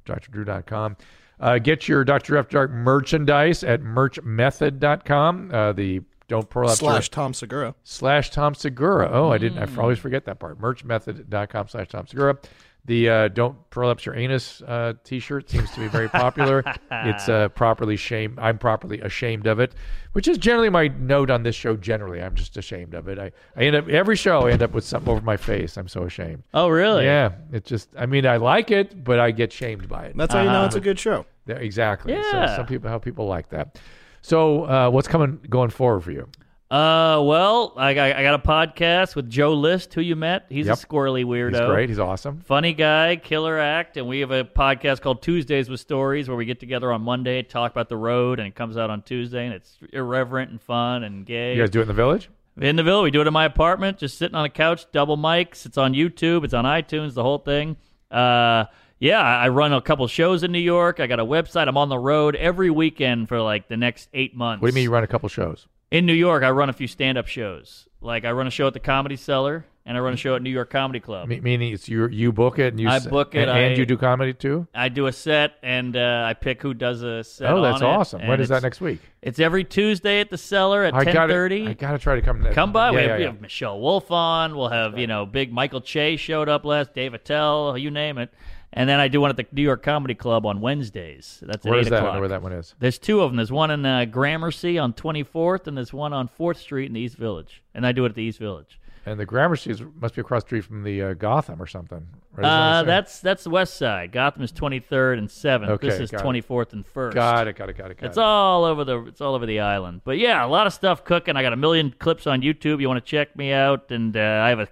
S2: drdrew.com. Uh, get your Dr. After Dark merchandise at merchmethod.com. Uh, the don't prolapse your-
S3: slash Tom Segura.
S2: slash Tom Segura. Oh, I didn't. I f-
S4: Hmm.
S2: always forget that part. Merchmethod.com slash Tom Segura. The uh, Don't Prolapse Your Anus uh, T-shirt seems to be very
S4: [laughs]
S2: popular. it's uh, properly shame. I'm properly ashamed of it, which is generally my note on this show. Generally, I'm just ashamed of it. I, I end up every show. I end up with something over my face. I'm so ashamed.
S4: Oh, really?
S2: Yeah, it just. I mean, I like it, but I get shamed by it.
S3: That's how you know it's a good show.
S2: Yeah, exactly. So
S4: Yeah.
S2: some people, how people like that. So uh, what's coming going forward for you?
S4: Uh, well, I got, I got a podcast with Joe List, who you met. He's
S2: Yep.
S4: a squirrely weirdo.
S2: He's great. He's awesome.
S4: Funny guy, killer act, and we have a podcast called Tuesdays with Stories where we get together on Monday, talk about the road, and it comes out on Tuesday, and it's irreverent and fun and gay.
S2: You guys do it in the village.
S4: In the Ville, we do it in my apartment, just sitting on a couch, double mics. It's on YouTube, it's on iTunes, the whole thing. Uh, yeah, I I run a couple shows in New York. I got a website. I'm on the road every weekend for like the next eight months.
S2: What do you mean you run a couple shows?
S4: in New York, I run a few stand up shows. Like I run a show at the Comedy Cellar and I run a show at New York Comedy Club.
S2: Me- meaning it's you you book it and you
S4: I
S2: s-
S4: book it,
S2: and, and
S4: I-
S2: you do comedy too.
S4: I do a set and uh, I pick who does a set.
S2: Oh, that's
S4: on it,
S2: awesome. When
S4: and
S2: is that
S4: it's-
S2: next week?
S4: It's every Tuesday at the Cellar at
S2: I
S4: ten
S2: got I
S4: thirty.
S2: got to try to come.
S4: Come by. we,
S2: Yeah,
S4: have,
S2: yeah,
S4: we
S2: yeah.
S4: have Michelle Wolf on. We'll have you know big Michael Che showed up last. Dave Attell, you name it. And then I do one at the New York Comedy Club on Wednesdays. That's at
S2: Where
S4: eight
S2: is that? I
S4: o'clock.
S2: wonder where that one is.
S4: There's two of them. There's one in uh, Gramercy on 24th, and there's one on Fourth Street in the East Village. And I do it at the East Village.
S2: And the Gramercy is, must be across the street from the uh, Gotham or something. Right? Isn't that the
S4: Uh,
S2: same?
S4: that's that's the West Side. Gotham is 23rd and 7th.
S2: Okay,
S4: this is
S2: got it.
S4: 24th and 1st.
S2: got it. Got it. Got it. Got
S4: It's
S2: it.
S4: all over the it's all over the island. But yeah, a lot of stuff cooking. I got a million clips on YouTube. You want to check me out? And uh, I have a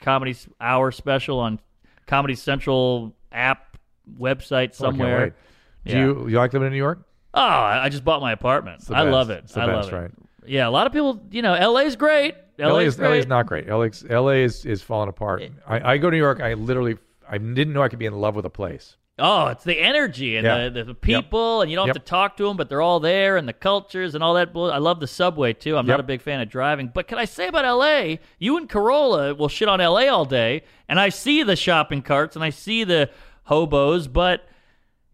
S4: comedy s- hour special on Comedy Central app website
S2: Oh, I can't
S4: somewhere.
S2: wait. Do
S4: Yeah.
S2: you you like living in New York?
S4: Oh, I I just bought my apartment.
S2: the
S4: I
S2: best.
S4: love it.
S2: It's the
S4: I
S2: best,
S4: love it.
S2: right?
S4: Yeah, a lot of people. You know, LA's great.
S2: LA is
S4: great.
S2: LA is not great. LA is, LA is, is falling apart. I, I go to New York. I literally I didn't know I could be in love with a place.
S4: Oh, it's the energy and
S2: Yeah.
S4: the, the people, and you don't
S2: Yep.
S4: have to talk to them, but they're all there, and the cultures and all that. Bull- I love the subway too. I'm
S2: Yep.
S4: not a big fan of driving, but can I say about L.A.? You and Corolla will shit on L.A. all day, and I see the shopping carts and I see the hobos, but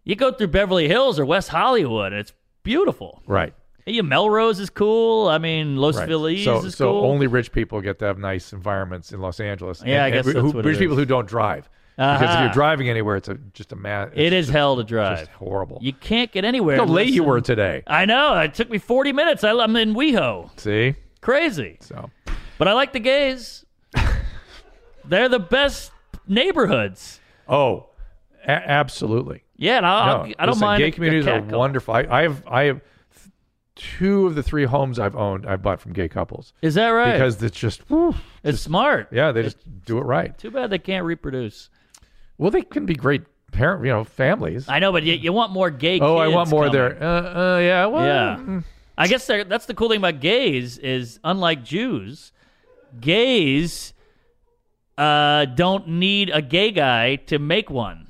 S4: you go through Beverly Hills or West Hollywood, and it's beautiful.
S2: Right.
S4: Yeah, Melrose is cool. I mean, Los
S2: Right.
S4: Feliz
S2: so,
S4: is
S2: so
S4: cool.
S2: only rich people get to have nice environments in Los Angeles.
S4: Yeah, I guess
S2: who-
S4: that's what it
S2: rich
S4: is.
S2: people who don't drive. Because if
S4: Uh-huh.
S2: you're driving anywhere, it's a, just a mad.
S4: it is
S2: just,
S4: hell to
S2: Just
S4: drive.
S2: horrible.
S4: You can't get anywhere.
S2: Look how late
S4: unless-
S2: you were today.
S4: I know. It took me 40 minutes. I, I'm in WeHo.
S2: See,
S4: Crazy.
S2: so
S4: But I like the gays. They're the best neighborhoods.
S2: oh, a- absolutely.
S4: Yeah, and I'll, I'll-
S2: no,
S4: I don't
S2: listen,
S4: mind.
S2: Gay
S4: a- a
S2: communities are
S4: catcall.
S2: wonderful. I, I have I have two of the three homes I've owned. I've bought from gay couples
S4: Is that right?
S2: because it's just whew,
S4: it's smart.
S2: yeah, they just do it right.
S4: Too bad they can't reproduce.
S2: Well, they can be great parent, you know, families.
S4: I know, but you, you want more gay.
S2: oh, I
S4: kids
S2: want more
S4: coming.
S2: there. Uh, uh, yeah, well,
S4: Yeah.
S2: mm,
S4: I guess they're- that's the cool thing about gays is unlike Jews, gays uh, don't need a gay guy to make one.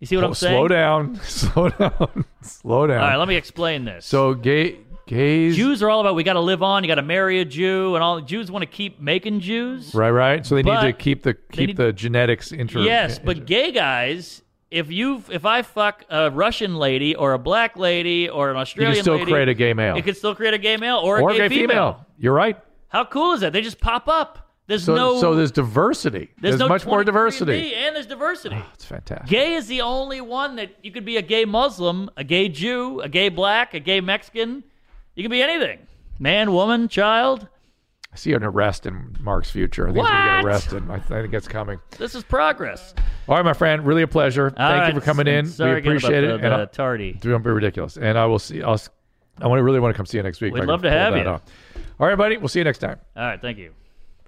S4: You see what
S2: Oh,
S4: I'm saying?
S2: slow down, [laughs] slow down, [laughs] slow down.
S4: All right, let me explain this.
S2: so gay gays,
S4: Jews are all about we got to live on, you got to marry a Jew, and all Jews want to keep making Jews.
S2: right, right. So they need to
S4: but
S2: keep the keep
S4: need-
S2: the genetics inter.
S4: Yes, but gay guys, if you if I fuck a Russian lady or a black lady or an
S2: you
S4: Australian
S2: can still
S4: lady,
S2: create a gay male
S4: it could still create a gay male or,
S2: or
S4: a gay, female.
S2: You're right.
S4: How cool is that? They just pop up. There's
S2: So
S4: no
S2: so there's diversity. There's,
S4: no
S2: much more
S4: 23andMe,
S2: diversity.
S4: and there's diversity.
S2: It's fantastic.
S4: Gay is the only one that you could be a gay Muslim, a gay Jew, a gay black, a gay Mexican. You can be anything. Man, woman, child.
S2: I see an arrest in Mark's future. I think he's gonna get
S4: What?
S2: arrested. I think it's coming.
S4: This is progress.
S2: All right, my friend. Really a pleasure.
S4: All
S2: Thank
S4: right,
S2: you for coming in.
S4: and Sorry
S2: we
S4: again
S2: appreciate
S4: about
S2: it.
S4: the-
S2: And
S4: the
S2: I-
S4: tardy.
S2: Don't be ridiculous. And I will see. I'll, s- I want to really want to come see you next week. if
S4: We'd
S2: I can
S4: love to
S2: pull
S4: have
S2: that
S4: you.
S2: off. All right, buddy. We'll see you next time.
S4: All right, thank you.